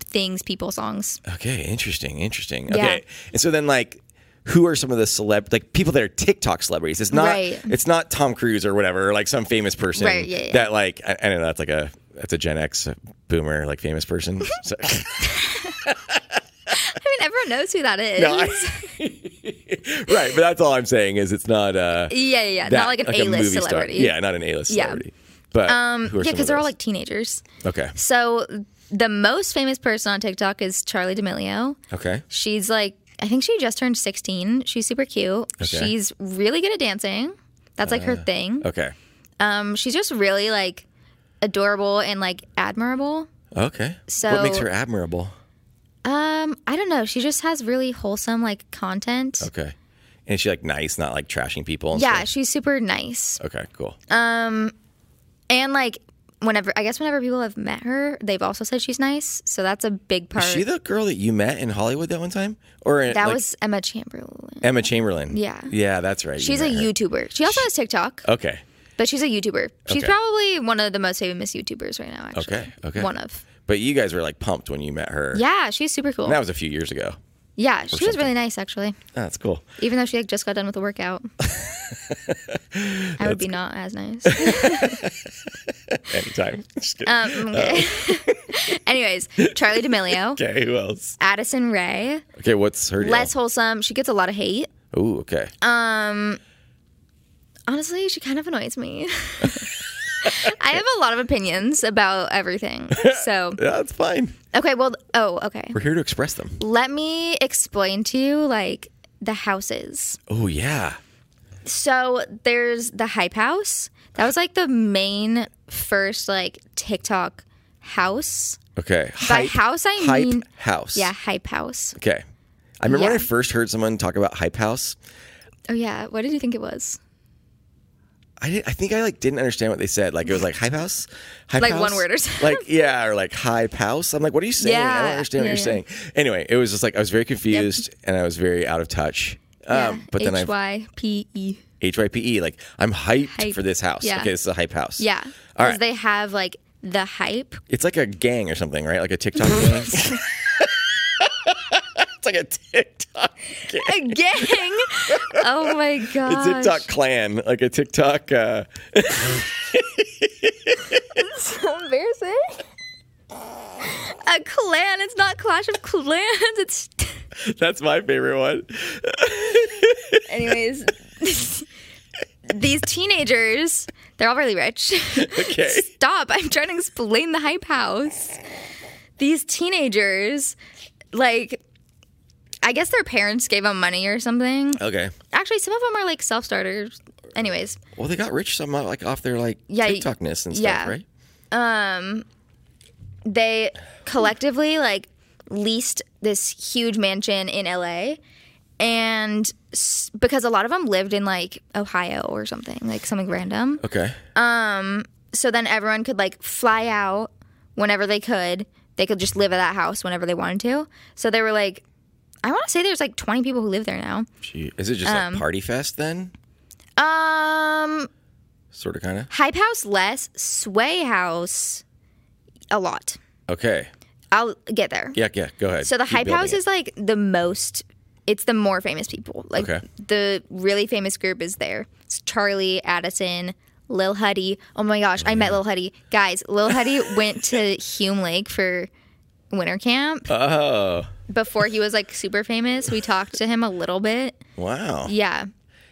S3: things, people, songs.
S2: Okay, interesting, interesting.
S3: Yeah.
S2: Okay, and so then like. Who are some of the celeb like people that are TikTok celebrities? It's not
S3: Right.
S2: it's not Tom Cruise or whatever, or like some famous person
S3: Right, yeah, yeah.
S2: that like I, I don't know, that's like a that's a Gen X boomer like famous person. So-
S3: I mean, everyone knows who that is.
S2: No, I- right, but that's all I'm saying is it's not uh
S3: Yeah, yeah, yeah.
S2: that,
S3: not like an
S2: a
S3: A-list
S2: movie star.
S3: celebrity.
S2: Yeah, not an A-list
S3: Yeah.
S2: celebrity. But um,
S3: yeah, because they're all like teenagers.
S2: okay,
S3: So the most famous person on TikTok is Charlie D'Amelio.
S2: okay,
S3: She's like, I think she just turned 16. She's super cute.
S2: Okay. Uh,
S3: She's really good at dancing. That's like her thing.
S2: okay,
S3: Um, she's just really like adorable and like admirable.
S2: okay. what
S3: So-
S2: makes her admirable?
S3: Um, I don't know. She just has really wholesome like content.
S2: Okay, and is she like nice, not like trashing people. And
S3: Yeah,
S2: Stuff?
S3: she's super nice.
S2: Okay, cool.
S3: And like whenever I guess whenever people have met her, they've also said she's nice. So that's a big part.
S2: is she the girl that you met in Hollywood that one time, or in,
S3: That
S2: like,
S3: was Emma Chamberlain.
S2: Emma Chamberlain?
S3: Yeah.
S2: yeah, that's right. you
S3: She's a
S2: met her.
S3: YouTuber. She also has TikTok,
S2: Okay,
S3: but she's a YouTuber. She's
S2: Okay.
S3: probably one of the most famous YouTubers right now, actually.
S2: Okay, okay.
S3: One of.
S2: but you guys were like pumped when you met her.
S3: Yeah, she's super cool.
S2: and that was a few years ago.
S3: yeah, she was really nice, actually.
S2: That's cool.
S3: Even though she like, just got done with a workout. I would be not as nice.
S2: Anytime. Just kidding.
S3: Um, okay. Anyways, Charlie D'Amelio,
S2: okay, who else?
S3: Addison Ray,
S2: Okay, what's her deal?
S3: less Um, wholesome. She gets a lot of hate.
S2: Ooh, okay.
S3: Honestly, she kind of annoys me. I have a lot of opinions about everything. So,
S2: yeah, that's fine.
S3: okay, well, oh, okay.
S2: We're here to express them.
S3: Let me explain to you like the houses.
S2: Oh yeah.
S3: So there's the hype house. That was like the main first like TikTok house.
S2: Okay.
S3: By house, I
S2: hype
S3: mean-
S2: house.
S3: Yeah, hype house.
S2: Okay. I remember when
S3: Yeah.
S2: I first heard someone talk about hype house.
S3: Oh yeah, what did you think it was?
S2: I did, I think I like didn't understand what they said. Like it was like hype house, hype
S3: Like
S2: house?
S3: one word or something.
S2: Like yeah, or like hype house. I'm like, what are you saying? I don't
S3: Yeah,
S2: understand what
S3: yeah,
S2: you're
S3: yeah.
S2: saying. Anyway, it was just like I was very confused and I was very out of touch. Um, but then I
S3: Y P E.
S2: H Y P E like I'm hyped
S3: Hype.
S2: for this house.
S3: Yeah.
S2: Okay, this is a hype house.
S3: Yeah.
S2: All
S3: Because
S2: right.
S3: they have like the hype.
S2: It's like a gang or something, right? Like a TikTok gang. it's like a TikTok gang.
S3: A gang. oh my
S2: A
S3: god.
S2: TikTok clan, like a TikTok. Uh,
S3: So embarrassing. A clan. It's not Clash of Clans. It's.
S2: that's my favorite one.
S3: Anyways. These teenagers, they're all really rich.
S2: Okay.
S3: Stop. I'm trying to explain the hype house. These teenagers, like, I guess their parents gave them money or something.
S2: Okay.
S3: Actually, some of them are like self starters. Anyways,
S2: Well, they got rich somehow, like off their like
S3: Yeah, y-
S2: TikTokness and stuff,
S3: yeah.
S2: right?
S3: they collectively like leased this huge mansion in LA. And s- because a lot of them lived in like Ohio or something, like something random.
S2: Okay.
S3: so then everyone could like fly out whenever they could. They could just live at that house whenever they wanted to. So they were like, I want to say there's like 20 people who live there now.
S2: Gee, is it just like party fest then?
S3: Um,
S2: Sort of, kind of.
S3: Hype House less, Sway House a lot.
S2: Okay.
S3: I'll get there.
S2: Yeah. Yeah. Go ahead.
S3: So the
S2: Keep
S3: Hype
S2: building
S3: House
S2: it.
S3: is like the most. It's the more famous people. Like
S2: Okay.
S3: the really famous group is there. It's Charlie Addison, Lil Huddy. Oh my gosh, I met Lil Huddy. Guys, Lil Huddy went to Hume Lake for winter camp
S2: Oh.
S3: before he was like super famous. We talked to him a little bit.
S2: Wow.
S3: Yeah,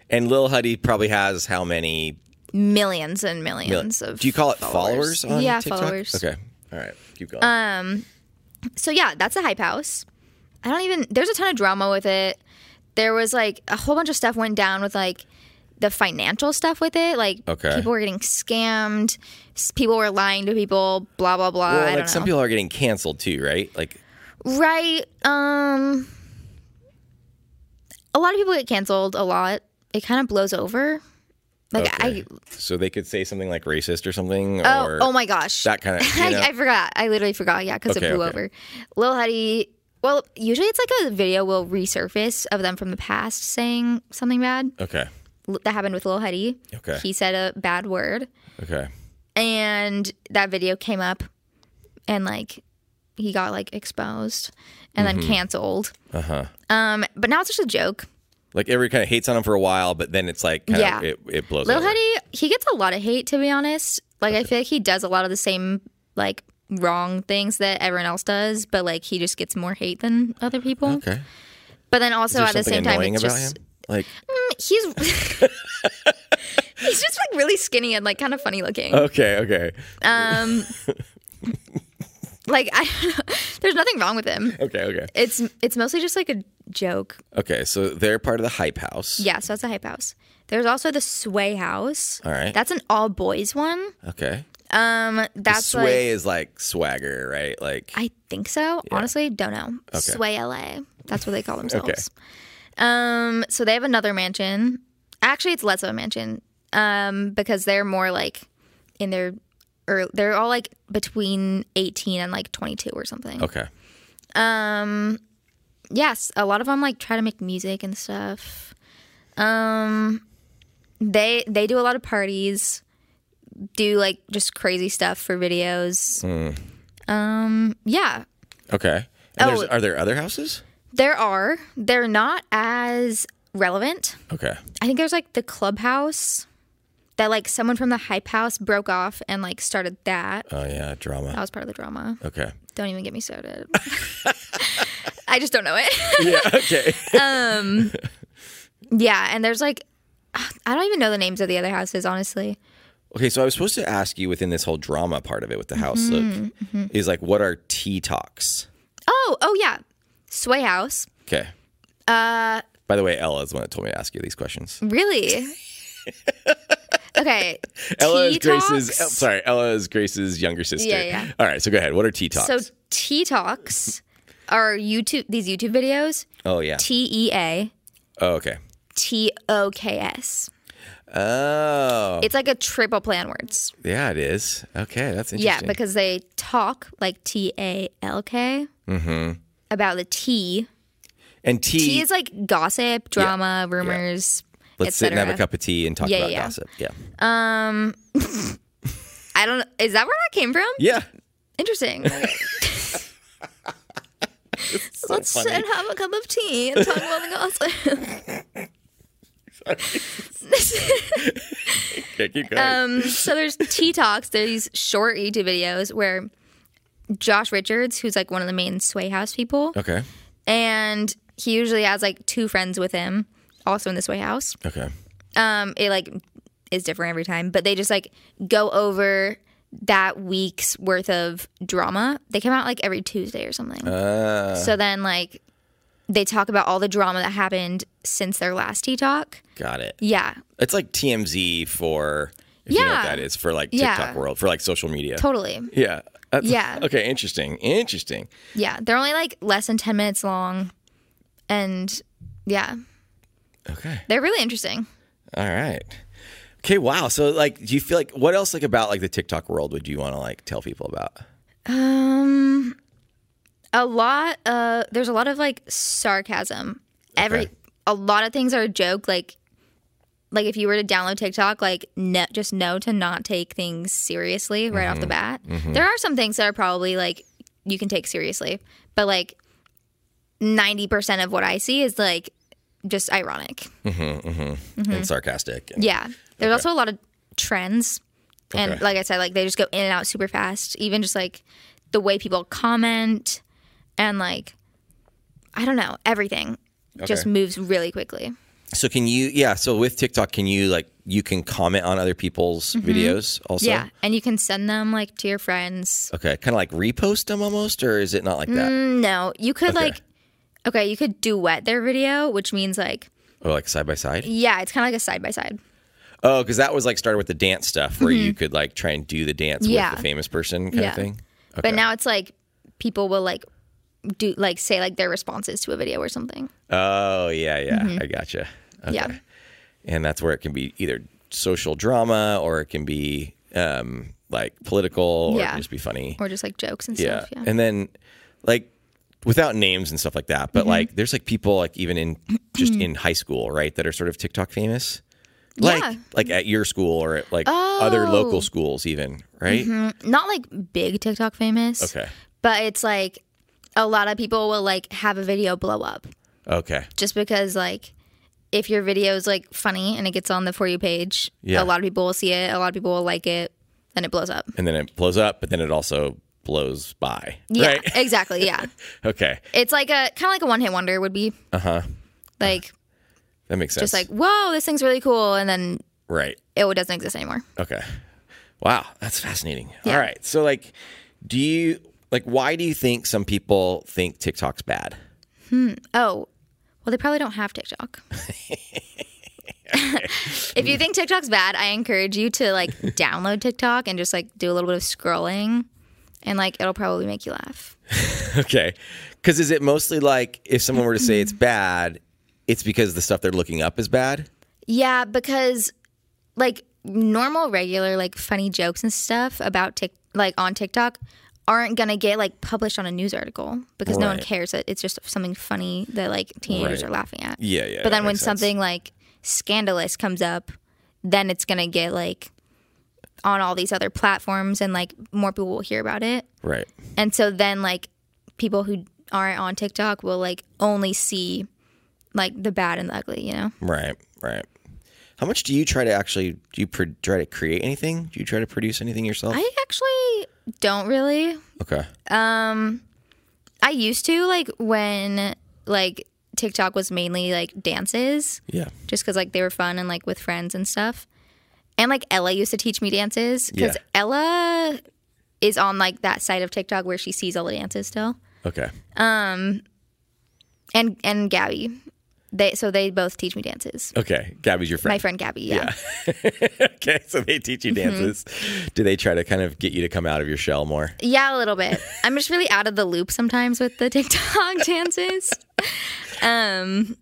S2: And Lil Huddy probably has how many?
S3: millions and millions of.
S2: Do you call it followers, on
S3: yeah,
S2: TikTok?
S3: followers. Uh,
S2: Okay. All right. Keep going.
S3: so yeah, that's a hype house. I don't even. There's a ton of drama with it. There was like a whole bunch of stuff went down with like the financial stuff with it. Like
S2: Okay.
S3: people were getting scammed. s- People were lying to people. Blah blah blah.
S2: well,
S3: I
S2: like
S3: don't
S2: some
S3: know.
S2: people are getting canceled too, right? Like
S3: right. Um. A lot of people get canceled. A lot. It kind of blows over. Like
S2: Okay.
S3: I.
S2: So they could say something like racist or something,
S3: Oh,
S2: or
S3: oh my gosh.
S2: that kind of. You know?
S3: I, I forgot. I literally forgot. Yeah, because
S2: Okay,
S3: it blew
S2: okay.
S3: over. Lil Huddy. Well, usually it's like a video will resurface of them from the past saying something bad
S2: okay,
S3: L- that happened with Lil Huddy.
S2: Okay.
S3: He said a bad word,
S2: okay,
S3: and that video came up, and like he got like exposed and then canceled.
S2: uh huh.
S3: Um, but now it's just a joke.
S2: Like everybody kind of hates on him for a while, but then it's like, kind
S3: Yeah.
S2: of, it, it blows
S3: Lil
S2: over.
S3: Huddy, he gets a lot of hate to be honest. Like I feel like he does a lot of the same like wrong things that everyone else does, but like he just gets more hate than other people.
S2: Okay.
S3: But then also
S2: Is
S3: at
S2: there
S3: the
S2: something
S3: same time,
S2: annoying
S3: it's
S2: about
S3: just
S2: him? Like
S3: Mm, he's he's just like really skinny and like kind of funny looking.
S2: okay, okay,
S3: Um, like I, there's nothing wrong with him.
S2: okay, okay,
S3: It's it's mostly just like a joke.
S2: okay. So they're part of the hype house.
S3: Yeah, so that's a hype house. There's also the Sway House.
S2: All right.
S3: that's an all boys one.
S2: Okay.
S3: Um, that's
S2: Sway
S3: like
S2: is like swagger, right? Like
S3: I think so. Honestly, don't know. Sway LA. That's what they call themselves. Um, so they have another mansion. Actually, it's less of a mansion um, because they're more like in their, or they're all like between 18 and like 22 or something.
S2: okay,
S3: Yes, a lot of them like try to make music and stuff. Um, they they do a lot of parties, do like just crazy stuff for videos. Um, yeah,
S2: okay. And
S3: Oh.
S2: there's, are there other houses?
S3: There are. They're not as relevant.
S2: Okay,
S3: I think there's like the clubhouse that like someone from the hype house broke off and like started that.
S2: oh yeah, drama.
S3: That was part of the drama.
S2: Okay,
S3: Don't even get me started. I just don't know it.
S2: yeah, okay.
S3: yeah, and there's like I don't even know the names of the other houses, honestly.
S2: Okay, so I was supposed to ask you within this whole drama part of it with the house look
S3: Mm-hmm,
S2: is like what are tea talks?
S3: Oh, oh yeah. Sway House.
S2: Okay. Uh by the way, Ella is the one that told me to ask you these questions.
S3: Really? okay.
S2: Ella
S3: Tea
S2: is Grace's El-
S3: Talks.
S2: sorry, Ella is Grace's younger sister.
S3: Yeah, yeah.
S2: All right, so go ahead. What are tea talks?
S3: So Tea Talks are YouTube these YouTube videos.
S2: oh yeah.
S3: T E A.
S2: oh, okay.
S3: T O K S.
S2: Oh,
S3: It's like a triple play on words.
S2: yeah, it is. Okay, that's
S3: Yeah,
S2: interesting.
S3: because they talk like T A L K
S2: Mm-hmm.
S3: about the tea.
S2: and tea.
S3: Tea is like gossip, drama, rumors.
S2: let's sit and have a
S3: etc..
S2: cup of tea and talk
S3: Yeah,
S2: about
S3: yeah.
S2: gossip. Yeah,
S3: I don't. Is that where that came from?
S2: yeah.
S3: Interesting. Let's sit and have a cup of tea and talk about the gossip.
S2: Okay, keep going.
S3: um, so there's tea talks. There's these short YouTube videos where Josh Richards, who's like one of the main Sway House people,
S2: okay,
S3: and he usually has like two friends with him, also in the Sway House.
S2: okay.
S3: um it like is different every time but they just like go over that week's worth of drama they come out like every tuesday or something
S2: Uh.
S3: so then like they talk about all the drama that happened since their last tea talk
S2: Got it.
S3: yeah
S2: It's like TMZ for if you know what
S3: Yeah.
S2: that is for like
S3: Yeah.
S2: TikTok world for like social media.
S3: totally
S2: Yeah. That's-
S3: Yeah.
S2: Okay. Interesting. Interesting.
S3: yeah they're only like less than 10 minutes long and yeah
S2: Okay.
S3: they're really interesting
S2: All right. Okay. Wow. So like, do you feel like what else like about like the TikTok world would you want to like tell people about?
S3: Um, a lot. Uh, there's a lot of like sarcasm. Every
S2: Okay.
S3: a lot of things are a joke. Like, like if you were to download TikTok, like no, just know to not take things seriously right off the bat. There are some things that are probably like you can take seriously, but like ninety percent of what I see is like just ironic.
S2: And sarcastic. and-
S3: Mm-hmm. Yeah. There's also a lot of trends. And
S2: Okay.
S3: like I said, like they just go in and out super fast. Even just like the way people comment and like I don't know, everything just
S2: Okay.
S3: moves really quickly.
S2: So can you? Yeah. So with TikTok, can you like you can comment on other people's videos also?
S3: Mm-hmm. yeah. And you can send them like to your friends.
S2: Okay. Kind of like repost them almost, or is it not like that?
S3: Mm. No, you could like okay, you could duet their video, which means like
S2: Or like side by side?
S3: yeah, it's kinda like a side by side.
S2: Oh, because that was like started with the dance stuff where you could like try and do the dance
S3: Mm-hmm. Yeah.
S2: with the famous person kind
S3: Yeah.
S2: of thing.
S3: But now it's like people will like do like say like their responses to a video or something.
S2: Oh yeah, yeah, I gotcha. Okay.
S3: Mm-hmm. Yeah.
S2: And that's where it can be either social drama or it can be um, like political or it
S3: Yeah.
S2: can just be funny.
S3: Or just like jokes and
S2: yeah.
S3: stuff. Yeah.
S2: And then like without names and stuff like that, but
S3: Mm-hmm.
S2: like there's like people like even in just in high school, right, that are sort of TikTok famous. Like
S3: Yeah.
S2: like at your school or at like other
S3: Oh. Mm-hmm.
S2: local schools even, right?
S3: not like big TikTok famous.
S2: Okay.
S3: But it's like a lot of people will like have a video blow up
S2: Okay.
S3: just because like if your video is like funny and it gets on the for you page,
S2: Yeah.
S3: a lot of people will see it, a lot of people will like it, then it blows up.
S2: And then it blows up, but then it also blows by.
S3: Yeah,
S2: Right?
S3: exactly. Yeah.
S2: Okay.
S3: It's like a kind of like a one hit wonder would be. Uh huh.
S2: Uh-huh.
S3: Like
S2: That makes sense.
S3: just like whoa, this thing's really cool, and then
S2: right.
S3: it doesn't exist anymore.
S2: Okay. Wow, that's fascinating.
S3: Yeah.
S2: All right. So like do you like why do you think some people think TikTok's bad?
S3: Oh, well, they probably don't have TikTok. if you think TikTok's bad, I encourage you to like download TikTok and just like do a little bit of scrolling, and like it'll probably make you laugh.
S2: Okay. Cuz is it mostly like if someone were to say it's bad, it's because the stuff they're looking up is bad?
S3: Yeah, because like normal, regular, like funny jokes and stuff about Tik, like on TikTok, aren't gonna get like published on a news article because no one
S2: Right.
S3: cares. It- It's just something funny that like teenagers
S2: Right.
S3: are laughing at.
S2: Yeah, yeah.
S3: But
S2: that
S3: then when
S2: makes sense.
S3: something like scandalous comes up, then it's gonna get like on all these other platforms and like more people will hear about it.
S2: Right.
S3: And so then like people who aren't on TikTok will like only see like the bad and the ugly, you know?
S2: Right. Right. How much do you try to actually do you pro- try to create anything? Do you try to produce anything yourself?
S3: I actually don't really.
S2: okay.
S3: I used to like when like TikTok was mainly like dances.
S2: Yeah.
S3: just because like they were fun and like with friends and stuff. And like Ella used to teach me dances because
S2: Yeah.
S3: Ella is on like that side of TikTok where she sees all the dances still,
S2: Okay.
S3: and and Gabby, they so they both teach me dances.
S2: Okay. Gabby's your friend.
S3: My friend Gabby, yeah,
S2: okay, so they teach
S3: Mm-hmm.
S2: you dances. Do they try to kind of get you to come out of your shell more?
S3: yeah, a little bit. I'm just really out of the loop sometimes with the TikTok dances, um,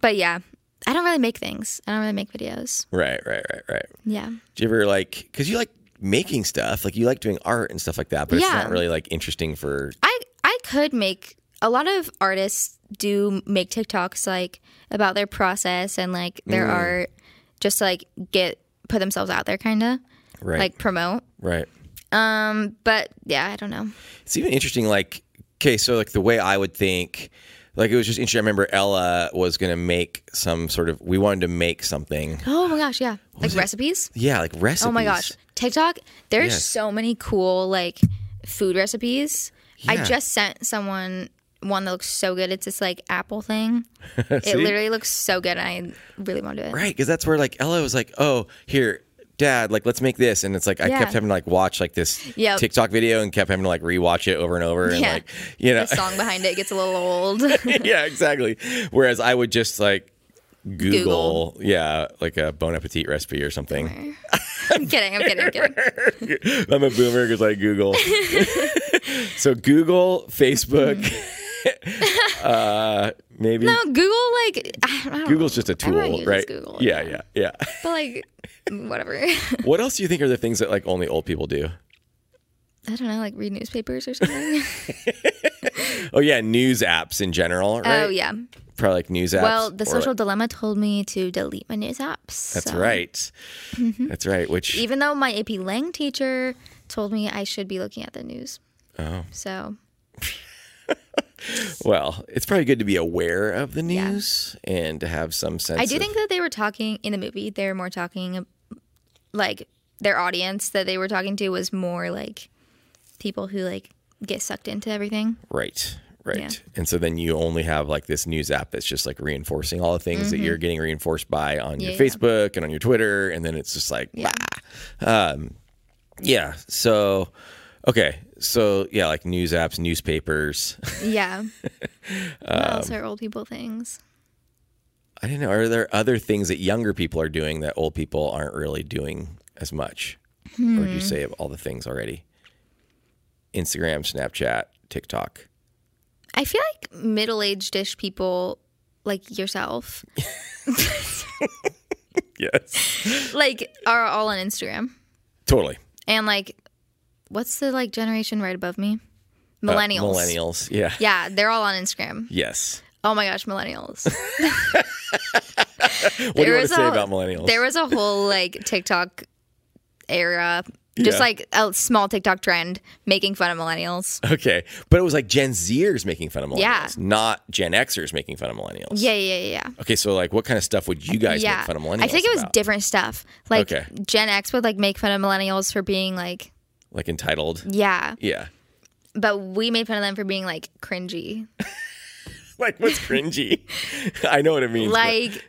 S3: but yeah, I don't really make things. I don't really make videos.
S2: Right, right, right, right.
S3: Yeah.
S2: Do you ever like because you like making stuff, like you like doing art and stuff like that, but it's
S3: Yeah.
S2: not really like interesting for
S3: I I could make a lot of artists do make TikToks like about their process and like their
S2: Mm.
S3: art just to, like get put themselves out there kind of
S2: right,
S3: like promote.
S2: right.
S3: Um but yeah, I don't know.
S2: It's even interesting, like, okay, so like the way I would think, like, it was just interesting. I remember Ella was going to make some sort of, we wanted to make something.
S3: Oh my gosh, yeah. Like recipes?
S2: Yeah, like recipes.
S3: Oh my gosh. TikTok, there's
S2: Yes.
S3: so many cool like food recipes. I
S2: Yeah.
S3: just sent someone one that looks so good. It's this like apple thing. it literally looks so good. And I really want to do it.
S2: Right. Cause that's where like Ella was like, oh, here, dad, like, let's make this. And it's like, I
S3: Yeah.
S2: kept having to like watch like this
S3: Yep.
S2: TikTok video and kept having to like rewatch it over and over. And
S3: Yeah.
S2: like, you know,
S3: The song behind it gets a little old.
S2: yeah, exactly. Whereas I would just like, Google,
S3: Google.
S2: yeah, like a Bon Appetit recipe or something.
S3: I'm kidding. I'm kidding. I'm kidding.
S2: I'm a boomer because I Google. so Google, Facebook, uh, maybe
S3: Mm-hmm. No, Google like I don't know.
S2: Google's just a
S3: Everyone
S2: tool,
S3: uses
S2: right?
S3: Google,
S2: yeah, yeah, yeah,
S3: but like whatever.
S2: What else do you think are the things that like only old people do?
S3: I don't know, like read newspapers or something.
S2: Oh yeah, news apps in general, right?
S3: Oh yeah.
S2: probably like news apps.
S3: Well, the
S2: or,
S3: social
S2: like-
S3: dilemma told me to delete my news apps.
S2: that's
S3: so-
S2: right.
S3: Mm-hmm.
S2: That's right. Which
S3: Even though my AP Lang teacher told me I should be looking at the news. Oh. So
S2: well, it's probably good to be aware of the news and to have some sense.
S3: I do
S2: of-
S3: think that they were talking in the movie. They were more talking, like their audience that they were talking to was more like people who like get sucked into everything.
S2: Right. Right. And so then you only have like this news app that's just like reinforcing all the things that you're getting reinforced by on your
S3: Mm-hmm. Yeah.
S2: Facebook and on your Twitter. And then it's just like, yeah. Um, yeah. So, okay. So, yeah, like news apps, newspapers.
S3: Yeah. what
S2: Um,
S3: else are old people things?
S2: I don't know. Are there other things that younger people are doing that old people aren't really doing as much? Or
S3: Hmm.
S2: did you say of all the things already? Instagram, Snapchat, TikTok.
S3: I feel like middle aged ish people like yourself,
S2: Yes.
S3: like are all on Instagram.
S2: Totally. Uh,
S3: And like what's the like generation right above me? Millennials.
S2: Uh, millennials. Yeah.
S3: Yeah, they're all on Instagram.
S2: Yes.
S3: Oh my gosh, millennials.
S2: What do you
S3: There
S2: want to
S3: is
S2: say
S3: a-
S2: about millennials?
S3: there was a whole like TikTok era, just
S2: Yeah.
S3: like a small TikTok trend making fun of millennials.
S2: okay, but it was like Gen Zers making fun of millennials,
S3: Yeah.
S2: not Gen Xers making fun of millennials.
S3: Yeah, yeah, yeah, yeah.
S2: Okay, so like, what kind of stuff would you guys make fun of millennials?
S3: I think it was
S2: about?
S3: different stuff. Like
S2: Okay.
S3: Gen X would like make fun of millennials for being like,
S2: like entitled.
S3: yeah,
S2: Yeah,
S3: but we made fun of them for being like cringy.
S2: like what's cringy? I know what it means. but-
S3: Like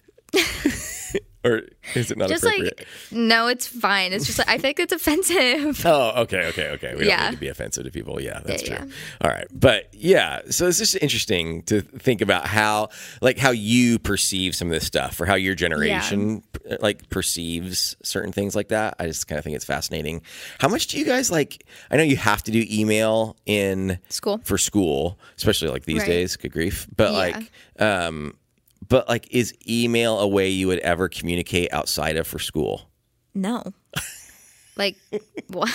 S2: or is it not
S3: just
S2: appropriate?
S3: like no, it's fine. It's just like I think it's offensive.
S2: Oh, okay, okay, okay. We don't
S3: Yeah.
S2: need to be offensive to people. Yeah, that's
S3: Yeah,
S2: true. All right, but yeah, so it's just interesting to think about how, like, how you perceive some of this stuff, or how your generation, uh, like, perceives certain things like that. I just kind of think it's fascinating. How much do you guys like? I know you have to do email in
S3: School.
S2: for school, especially like these
S3: Right.
S2: days. Good grief! But
S3: Yeah.
S2: like, um, but like, is email a way you would ever communicate outside of for school?
S3: No. Like what?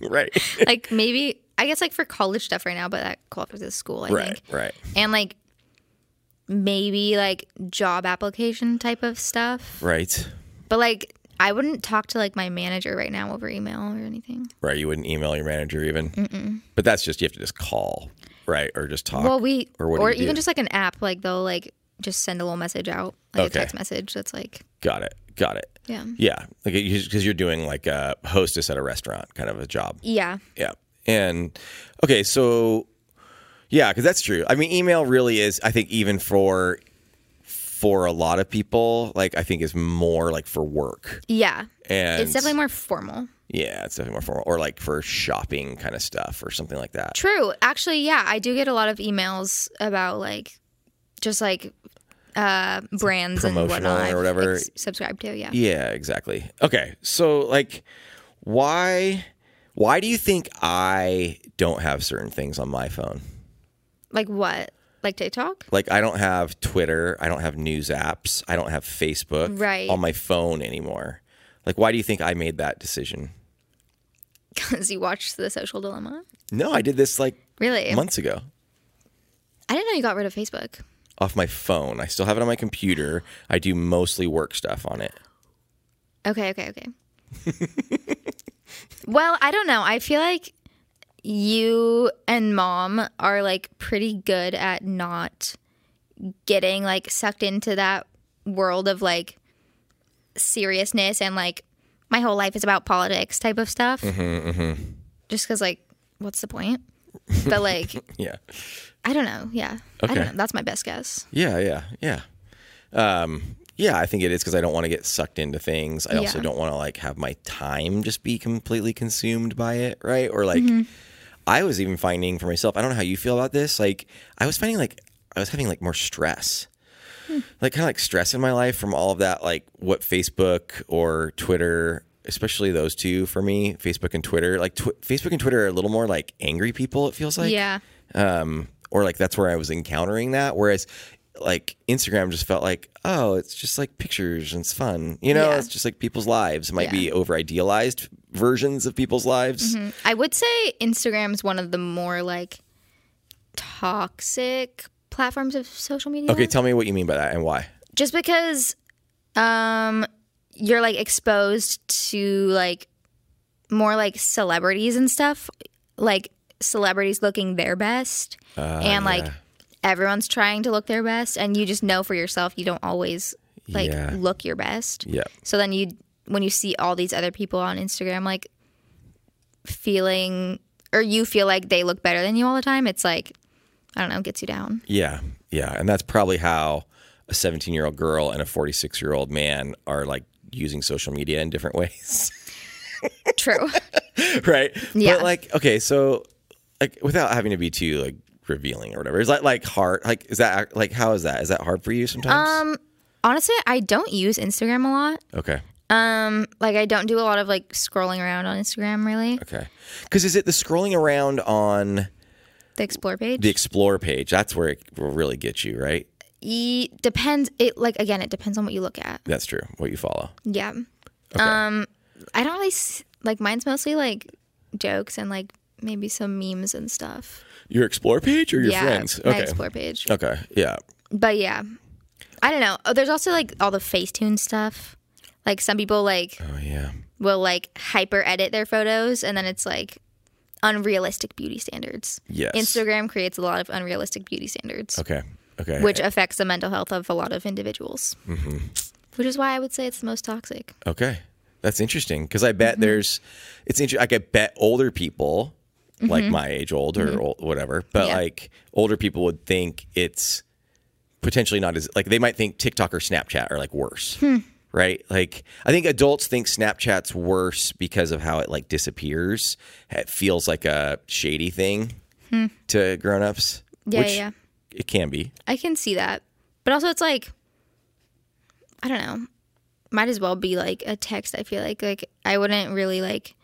S2: Right.
S3: like maybe I guess like for college stuff right now, but that qualifies as school, I
S2: Right.
S3: think.
S2: Right.
S3: And like maybe like job application type of stuff.
S2: Right.
S3: But like I wouldn't talk to like my manager right now over email or anything.
S2: Right. You wouldn't email your manager even. But that's just, you have to just call, right? Or just talk.
S3: Well, we
S2: Or
S3: or,
S2: what do you
S3: even
S2: do?
S3: just like an app, like they'll like just send a little message out, like
S2: Okay.
S3: a text message that's like,
S2: Got it. Got it.
S3: yeah,
S2: Yeah. Like, because you're doing like a hostess at a restaurant kind of a job.
S3: yeah,
S2: Yeah. And okay, so yeah, because that's true. I mean, email really is. I think even for for a lot of people, like I think is more like for work.
S3: yeah.
S2: And
S3: it's definitely more formal.
S2: yeah, it's definitely more formal, or like for shopping kind of stuff, or something like that.
S3: True. Actually, yeah, I do get a lot of emails about like just like uh brands and whatnot
S2: promotional or
S3: I've, like,
S2: whatever.
S3: s- subscribed to. Yeah.
S2: Yeah, exactly. Okay. So like why why do you think I don't have certain things on my phone?
S3: Like what? like TikTok.
S2: Like I don't have Twitter, I don't have news apps, I don't have Facebook
S3: Right.
S2: on my phone anymore. Like why do you think I made that decision?
S3: Because you watched The Social Dilemma.
S2: No, I did this like
S3: Really?
S2: months ago
S3: I didn't know you got rid of Facebook.
S2: off my phone. I still have it on my computer. I do mostly work stuff on it.
S3: Okay, okay, okay. well, I don't know. I feel like you and mom are like pretty good at not getting like sucked into that world of like seriousness and like my whole life is about politics type of stuff.
S2: Mm-hmm,
S3: Just because, like, what's the point? But like,
S2: Yeah.
S3: I don't know. Yeah, I
S2: Okay.
S3: don't know. That's my best guess.
S2: Yeah, yeah, yeah. Um, yeah, I think it is because I don't want to get sucked into things. I also
S3: Yeah.
S2: don't want to like have my time just be completely consumed by it, right? Or like,
S3: Mm-hmm.
S2: I was even finding for myself. I don't know how you feel about this. Like, I was finding like I was having like more stress,
S3: Hmm.
S2: like kind of like stress in my life from all of that, like what Facebook or Twitter. Especially those two for me, Facebook and Twitter. Like tw- Facebook and Twitter are a little more like angry people. It feels like,
S3: yeah,
S2: um, or like that's where I was encountering that. Whereas like Instagram just felt like, oh, it's just like pictures and it's fun. You know,
S3: Yeah.
S2: it's just like people's lives It might be over idealized versions of people's lives.
S3: I would say Instagram's one of the more like toxic platforms of social media.
S2: Okay, tell me what you mean by that and why.
S3: Just because um you're like exposed to like more like celebrities and stuff, like celebrities looking their best
S2: Ah,
S3: and like everyone's trying to look their best and you just know for yourself you don't always like
S2: Yeah.
S3: look your best.
S2: Yeah.
S3: So then you when you see all these other people on Instagram like feeling or you feel like they look better than you all the time, it's like I don't know, gets you down.
S2: Yeah. Yeah. And that's probably how a 17 year old girl and a 46 year old man are like using social media in different ways.
S3: True.
S2: right?
S3: Yeah.
S2: But like, okay, so like without having to be too like revealing or whatever, is that like hard? Like, is that like how is that? Is that hard for you sometimes?
S3: um honestly, I don't use Instagram a lot.
S2: okay,
S3: Um like I don't do a lot of like scrolling around on Instagram really.
S2: okay. Because is it the scrolling around on
S3: The explore page.
S2: the explore page? That's where it will really get you, right?
S3: E- depends it like again, it depends on what you look at.
S2: That's true. What you follow.
S3: Yeah.
S2: Okay.
S3: Um I don't really s- like mine's mostly like jokes and like maybe some memes and stuff.
S2: your explore page or your
S3: yeah,
S2: friends?
S3: my
S2: Okay.
S3: explore page.
S2: Okay. Yeah.
S3: But yeah, I don't know. Oh, there's also like all the Facetune stuff. Like some people like
S2: Oh yeah.
S3: will like hyper edit their photos, and then it's like unrealistic beauty standards.
S2: Yes.
S3: Instagram creates a lot of unrealistic beauty standards,
S2: Okay. Okay.
S3: which affects the mental health of a lot of individuals. Mm-hmm. Which is why I would say it's the most toxic.
S2: Okay, that's interesting because I
S3: Mm-hmm.
S2: bet there's, it's interesting. Like I bet older people, like my age, old or old, whatever, but
S3: Mm-hmm. Yeah.
S2: like older people would think it's potentially not as like they might think TikTok or Snapchat are like worse,
S3: Hmm.
S2: right? Like I think adults think Snapchat's worse because of how it like disappears. It feels like a shady thing to grown-ups.
S3: Hmm. Yeah,
S2: which
S3: yeah.
S2: It can be.
S3: I can see that, but also it's like I don't know. Might as well be like a text. I feel like like I wouldn't really like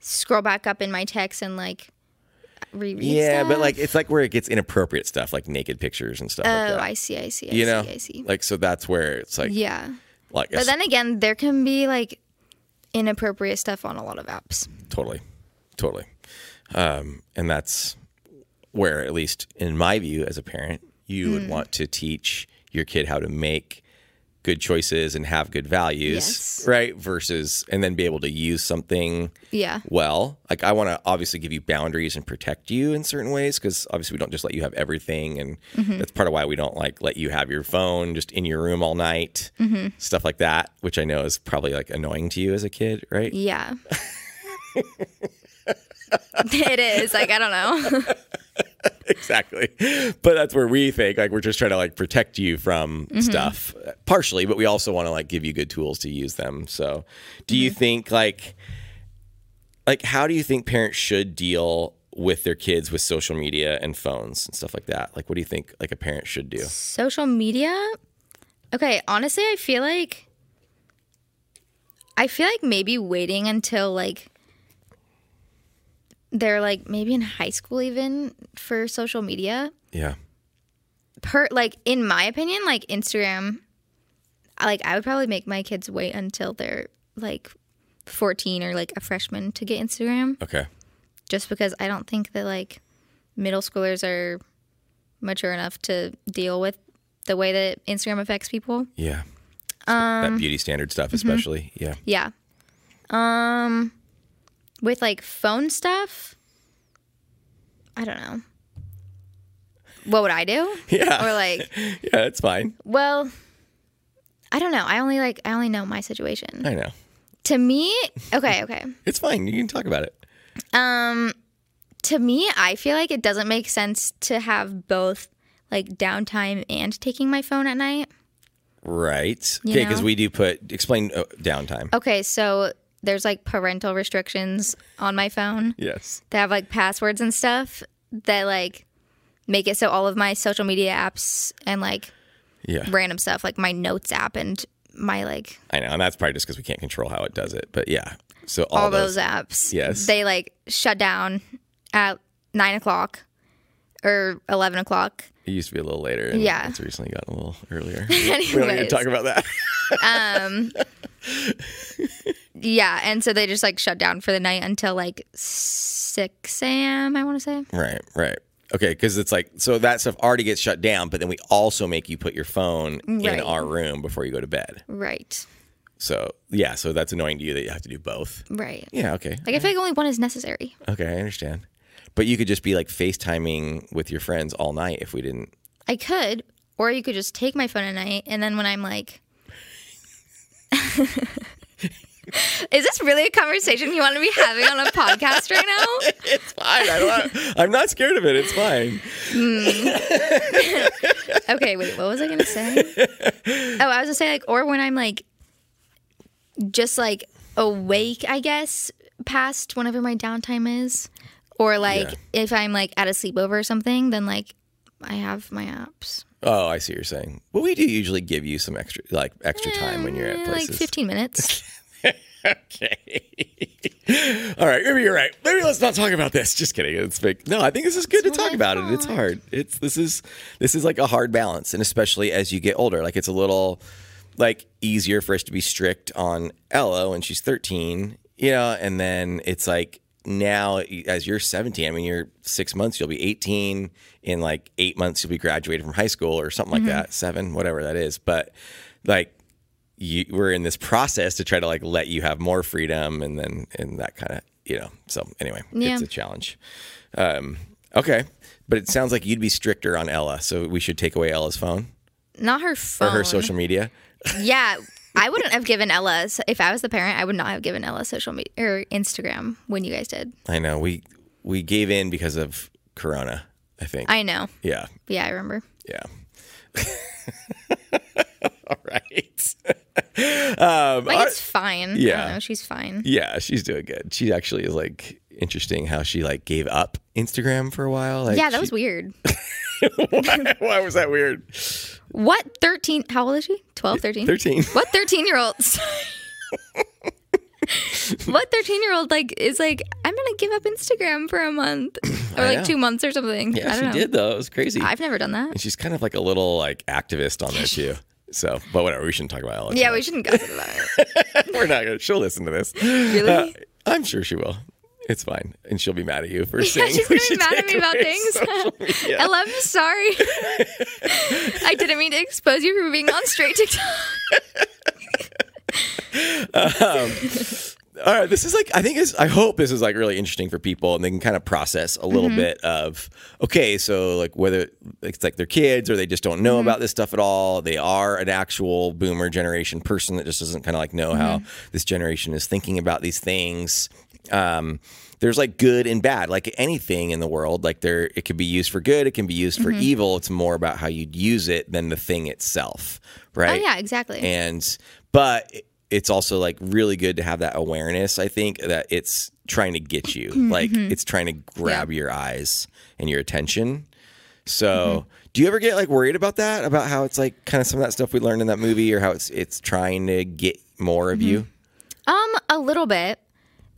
S3: scroll back up in my text and like reread.
S2: Yeah, but
S3: stuff.
S2: like it's like where it gets inappropriate stuff, like naked pictures and stuff.
S3: oh,
S2: like that.
S3: I see, I see, I
S2: you
S3: see,
S2: know,
S3: I see.
S2: like so that's where it's like,
S3: Yeah,
S2: like
S3: but then again, there can be like inappropriate stuff on a lot of apps.
S2: totally, totally, um, and that's where, at least in my view as a parent, you
S3: Mm.
S2: would want to teach your kid how to make good choices and have good values,
S3: Yes.
S2: right? Versus, and then be able to use something
S3: Yeah,
S2: well. Like I want to obviously give you boundaries and protect you in certain ways because obviously we don't just let you have everything, and that's part of why we don't like let you have your phone just in your room all night, stuff like that. Which I know is probably like annoying to you as a kid, right?
S3: yeah. it is like I don't know.
S2: exactly. But that's where we think like we're just trying to like protect you from
S3: Mm-hmm.
S2: stuff uh, partially, but we also want to like give you good tools to use them. So, do
S3: Mm-hmm.
S2: you think like like how do you think parents should deal with their kids with social media and phones and stuff like that? Like what do you think like a parent should do?
S3: Social media? Okay, honestly, I feel like I feel like maybe waiting until like they're like maybe in high school even for social media
S2: Yeah.
S3: per like in my opinion, like Instagram, I- like I would probably make my kids wait until they're like 14 or like a freshman to get Instagram
S2: Okay.
S3: just because I don't think that like middle schoolers are mature enough to deal with the way that Instagram affects people.
S2: Yeah.
S3: Um,
S2: that beauty standard stuff,
S3: mm-hmm.
S2: especially. Yeah.
S3: Yeah. Um with like phone stuff, I don't know. What would I do?
S2: Yeah.
S3: Or like,
S2: yeah, it's fine.
S3: well, I don't know. I only like I only know my situation.
S2: I know.
S3: To me, okay, okay.
S2: It's fine. You can talk about it.
S3: To me, I feel like it doesn't make sense to have both like downtime and taking my phone at night.
S2: Right.
S3: You
S2: Okay, because
S3: know? Oh.
S2: we do put explain uh, downtime.
S3: Okay, so there's like parental restrictions on my phone.
S2: Yes.
S3: that have like passwords and stuff that like make it so all of my social media apps and like
S2: Yeah.
S3: random stuff like my notes app and my like
S2: I know, and that's probably just because we can't control how it does it. But yeah, so all,
S3: all, those, apps
S2: Yes.
S3: they like shut down at nine o'clock or 11 o'clock
S2: It used to be a little later. And
S3: Yeah.
S2: it's recently gotten a little earlier. we don't need to
S3: Anyways.
S2: talk about that.
S3: yeah and so they just like shut down for the night until like 6 a.m i want to say
S2: right. Right. Okay, because it's like so that stuff already gets shut down, but then we also make you put your phone in
S3: Right.
S2: our room before you go to bed.
S3: right
S2: So yeah, so that's annoying to you that you have to do both.
S3: right
S2: Yeah. Okay.
S3: like i feel like only one is necessary
S2: Okay, I understand. But you could just be like FaceTiming with your friends all night if we didn't.
S3: I could, or you could just take my phone at night, and then when I'm like, is this really a conversation you want to be having on a podcast right now?
S2: It's fine. I don't, I'm not scared of it. It's fine.
S3: Okay, wait, what was I gonna say? Oh, I was gonna say like, or when I'm like, just like awake, I guess, past whenever my downtime is, or like if I'm like at a sleepover or something, then like I have my apps.
S2: Oh, I see what you're saying. But we do usually give you some extra, like extra time when you're at
S3: Eh,
S2: places.
S3: like 15 minutes.
S2: Okay. All right. Maybe you're right. Maybe let's not talk about this. Just kidding. It's fake. No, I think this is good to
S3: what
S2: talk
S3: I
S2: about it. It's
S3: thought.
S2: hard. It's this is this is like a hard balance, and especially as you get older, like it's a little like easier for us to be strict on Ella when she's 13, you know, and then it's like now as you're 17, I mean, you're six months, you'll be 18. In like eight months, you'll be graduated from high school or something like that, seven, whatever that is. But like you, we're in this process to try to like let you have more freedom and then and that kind of you know so anyway
S3: Yeah.
S2: it's a challenge um okay but it sounds like you'd be stricter on ella so we should take away ella's phone
S3: Not her
S2: or
S3: phone.
S2: her social media
S3: Yeah, I wouldn't have given Ella if I was the parent. I would not have given Ella social media or Instagram when you guys did.
S2: i know we we gave in because of corona i think
S3: I know.
S2: yeah
S3: Yeah, I remember.
S2: Yeah. all right um
S3: Like
S2: all-
S3: it's fine.
S2: yeah.
S3: I don't know, she's fine.
S2: yeah she's doing good she actually is like interesting how she like gave up instagram for a while like
S3: yeah, that
S2: she-
S3: was weird.
S2: why, why was that weird
S3: What 13? How old is she? 12, 13?
S2: 13
S3: What 13 year olds? what 13 year old like is like I'm going to give up Instagram for a month or
S2: I
S3: like
S2: know.
S3: 2 months or something. I
S2: Yeah,
S3: don't
S2: she
S3: know.
S2: did though. It was crazy.
S3: I've never done that.
S2: and she's kind of like a little like activist on there too. So, but whatever. We shouldn't talk about Alex.
S3: Yeah, we shouldn't gossip about it.
S2: we're not gonna. She'll listen to this.
S3: Really?
S2: Uh, I'm sure she will. It's fine, and she'll be mad at you for
S3: Yeah,
S2: saying
S3: she's
S2: we
S3: gonna be
S2: should
S3: mad
S2: take
S3: at me about
S2: away
S3: things.
S2: social media.
S3: Ella, I'm sorry. I didn't mean to expose you for being on straight TikTok.
S2: All right, this is like I think is I hope this is like really interesting for people, and they can kind of process a
S3: Mm-hmm.
S2: little bit of okay, so like whether it's like their kids or they just don't
S3: Mm-hmm.
S2: know about this stuff at all. They are an actual boomer generation person that just doesn't kind of like know how
S3: Mm-hmm.
S2: this generation is thinking about these things. Um, there's like good and bad, like anything in the world. Like there, it could be used for good, it can be used for
S3: Mm-hmm.
S2: evil. It's more about how you'd use it than the thing itself, right?
S3: Oh yeah, exactly.
S2: and but it's also like really good to have that awareness i think that it's trying to get you like it's trying to grab your eyes and your attention so do you ever get like worried about that about how it's like kind of some of that stuff we learned in that movie or how it's it's trying to get more of you
S3: um, a little bit.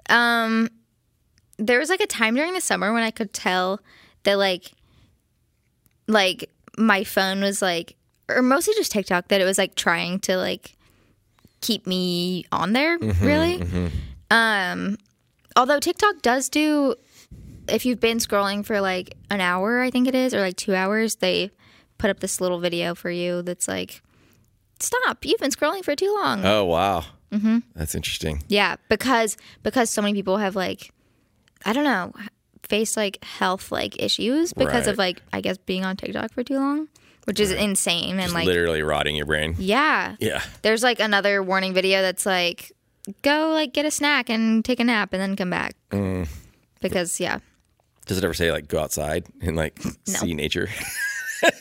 S3: Um, there was like a time during the summer when I could tell that like, like my phone was like, or mostly just TikTok, that it was like trying to like keep me on there, really. Um, although TikTok does do, if you've been scrolling for like an hour, I think it is, or like two hours, they put up this little video for you that's like, stop, you've been scrolling for too long.
S2: Oh wow, mm-hmm. that's interesting.
S3: Yeah, because because so many people have like I don't know, faced like health like issues because of like I guess being on TikTok for too long, which is insane and like
S2: Literally rotting your brain.
S3: yeah.
S2: Yeah.
S3: There's like another warning video that's like go like get a snack and take a nap and then come back.
S2: Mm.
S3: Because yeah.
S2: Does it ever say like go outside and like see nature?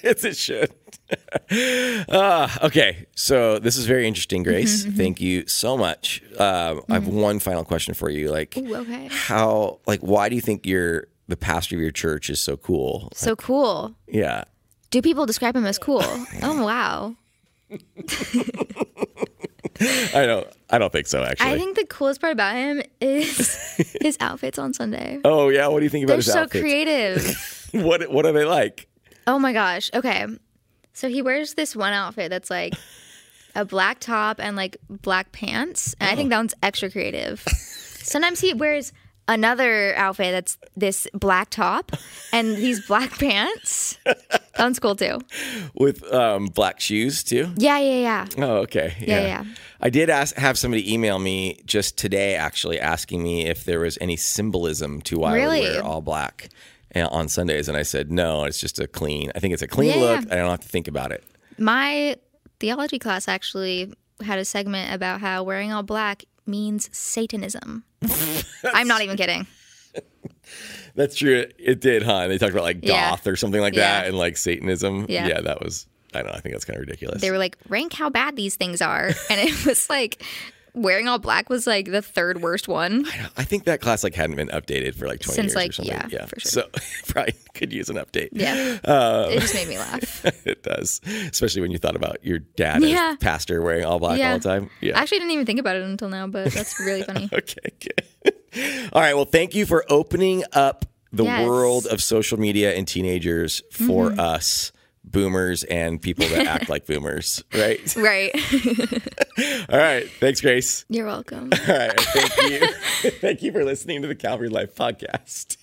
S2: As it should. uh, okay, so this is very interesting,
S3: Mm-hmm,
S2: Grace. Thank you so much. Um, I have one final question for you. Like,
S3: Ooh, okay.
S2: how? Like, why do you think your the pastor of your church is so cool?
S3: So cool.
S2: Yeah.
S3: Do people describe him as cool? Oh wow.
S2: I don't. I don't think so. Actually.
S3: I think the coolest part about him is his outfits on Sunday.
S2: oh yeah. What do you think about
S3: They're
S2: his
S3: so
S2: outfits?
S3: creative.
S2: What What are they like?
S3: Oh my gosh. Okay. So he wears this one outfit that's like a black top and like black pants. And I think that one's extra creative. Sometimes he wears another outfit that's this black top and these black pants. That one's cool too.
S2: With um, black shoes too.
S3: Yeah, yeah, yeah.
S2: Oh, okay.
S3: Yeah, yeah.
S2: I did ask have somebody email me just today, actually, asking me if there was any symbolism to why
S3: Really?
S2: I would wear all black uh, on Sundays, and I said no. It's just a clean. I think it's a clean
S3: Yeah,
S2: look.
S3: yeah.
S2: I don't have to think about it.
S3: My theology class actually had a segment about how wearing all black means Satanism. I'm not even kidding.
S2: That's true. It, it did, huh? And they talked about like
S3: Yeah.
S2: goth or something like
S3: Yeah.
S2: that, and like Satanism.
S3: Yeah.
S2: that was. I don't. know. I think that's kind of ridiculous.
S3: they were like rank how bad these things are and it was like wearing all black was like the third worst one
S2: I think that class like hadn't been updated for like twenty
S3: Since,
S2: years or
S3: like,
S2: something.
S3: yeah, for sure.
S2: So probably could use an update.
S3: yeah
S2: Uh,
S3: it just made me laugh
S2: it does, especially when you thought about your dad
S3: Yeah.
S2: as pastor wearing all black
S3: Yeah.
S2: all the time.
S3: i
S2: Yeah.
S3: actually didn't even think about it until now but that's really funny
S2: okay. Good. All right. Well, thank you for opening up the
S3: Yes. Mm-hmm.
S2: world of social media and teenagers for us boomers and people that act like boomers. Right.
S3: right
S2: All right. Thanks, Grace.
S3: you're welcome
S2: All right. Thank you. thank you for listening to the Calvary Life podcast.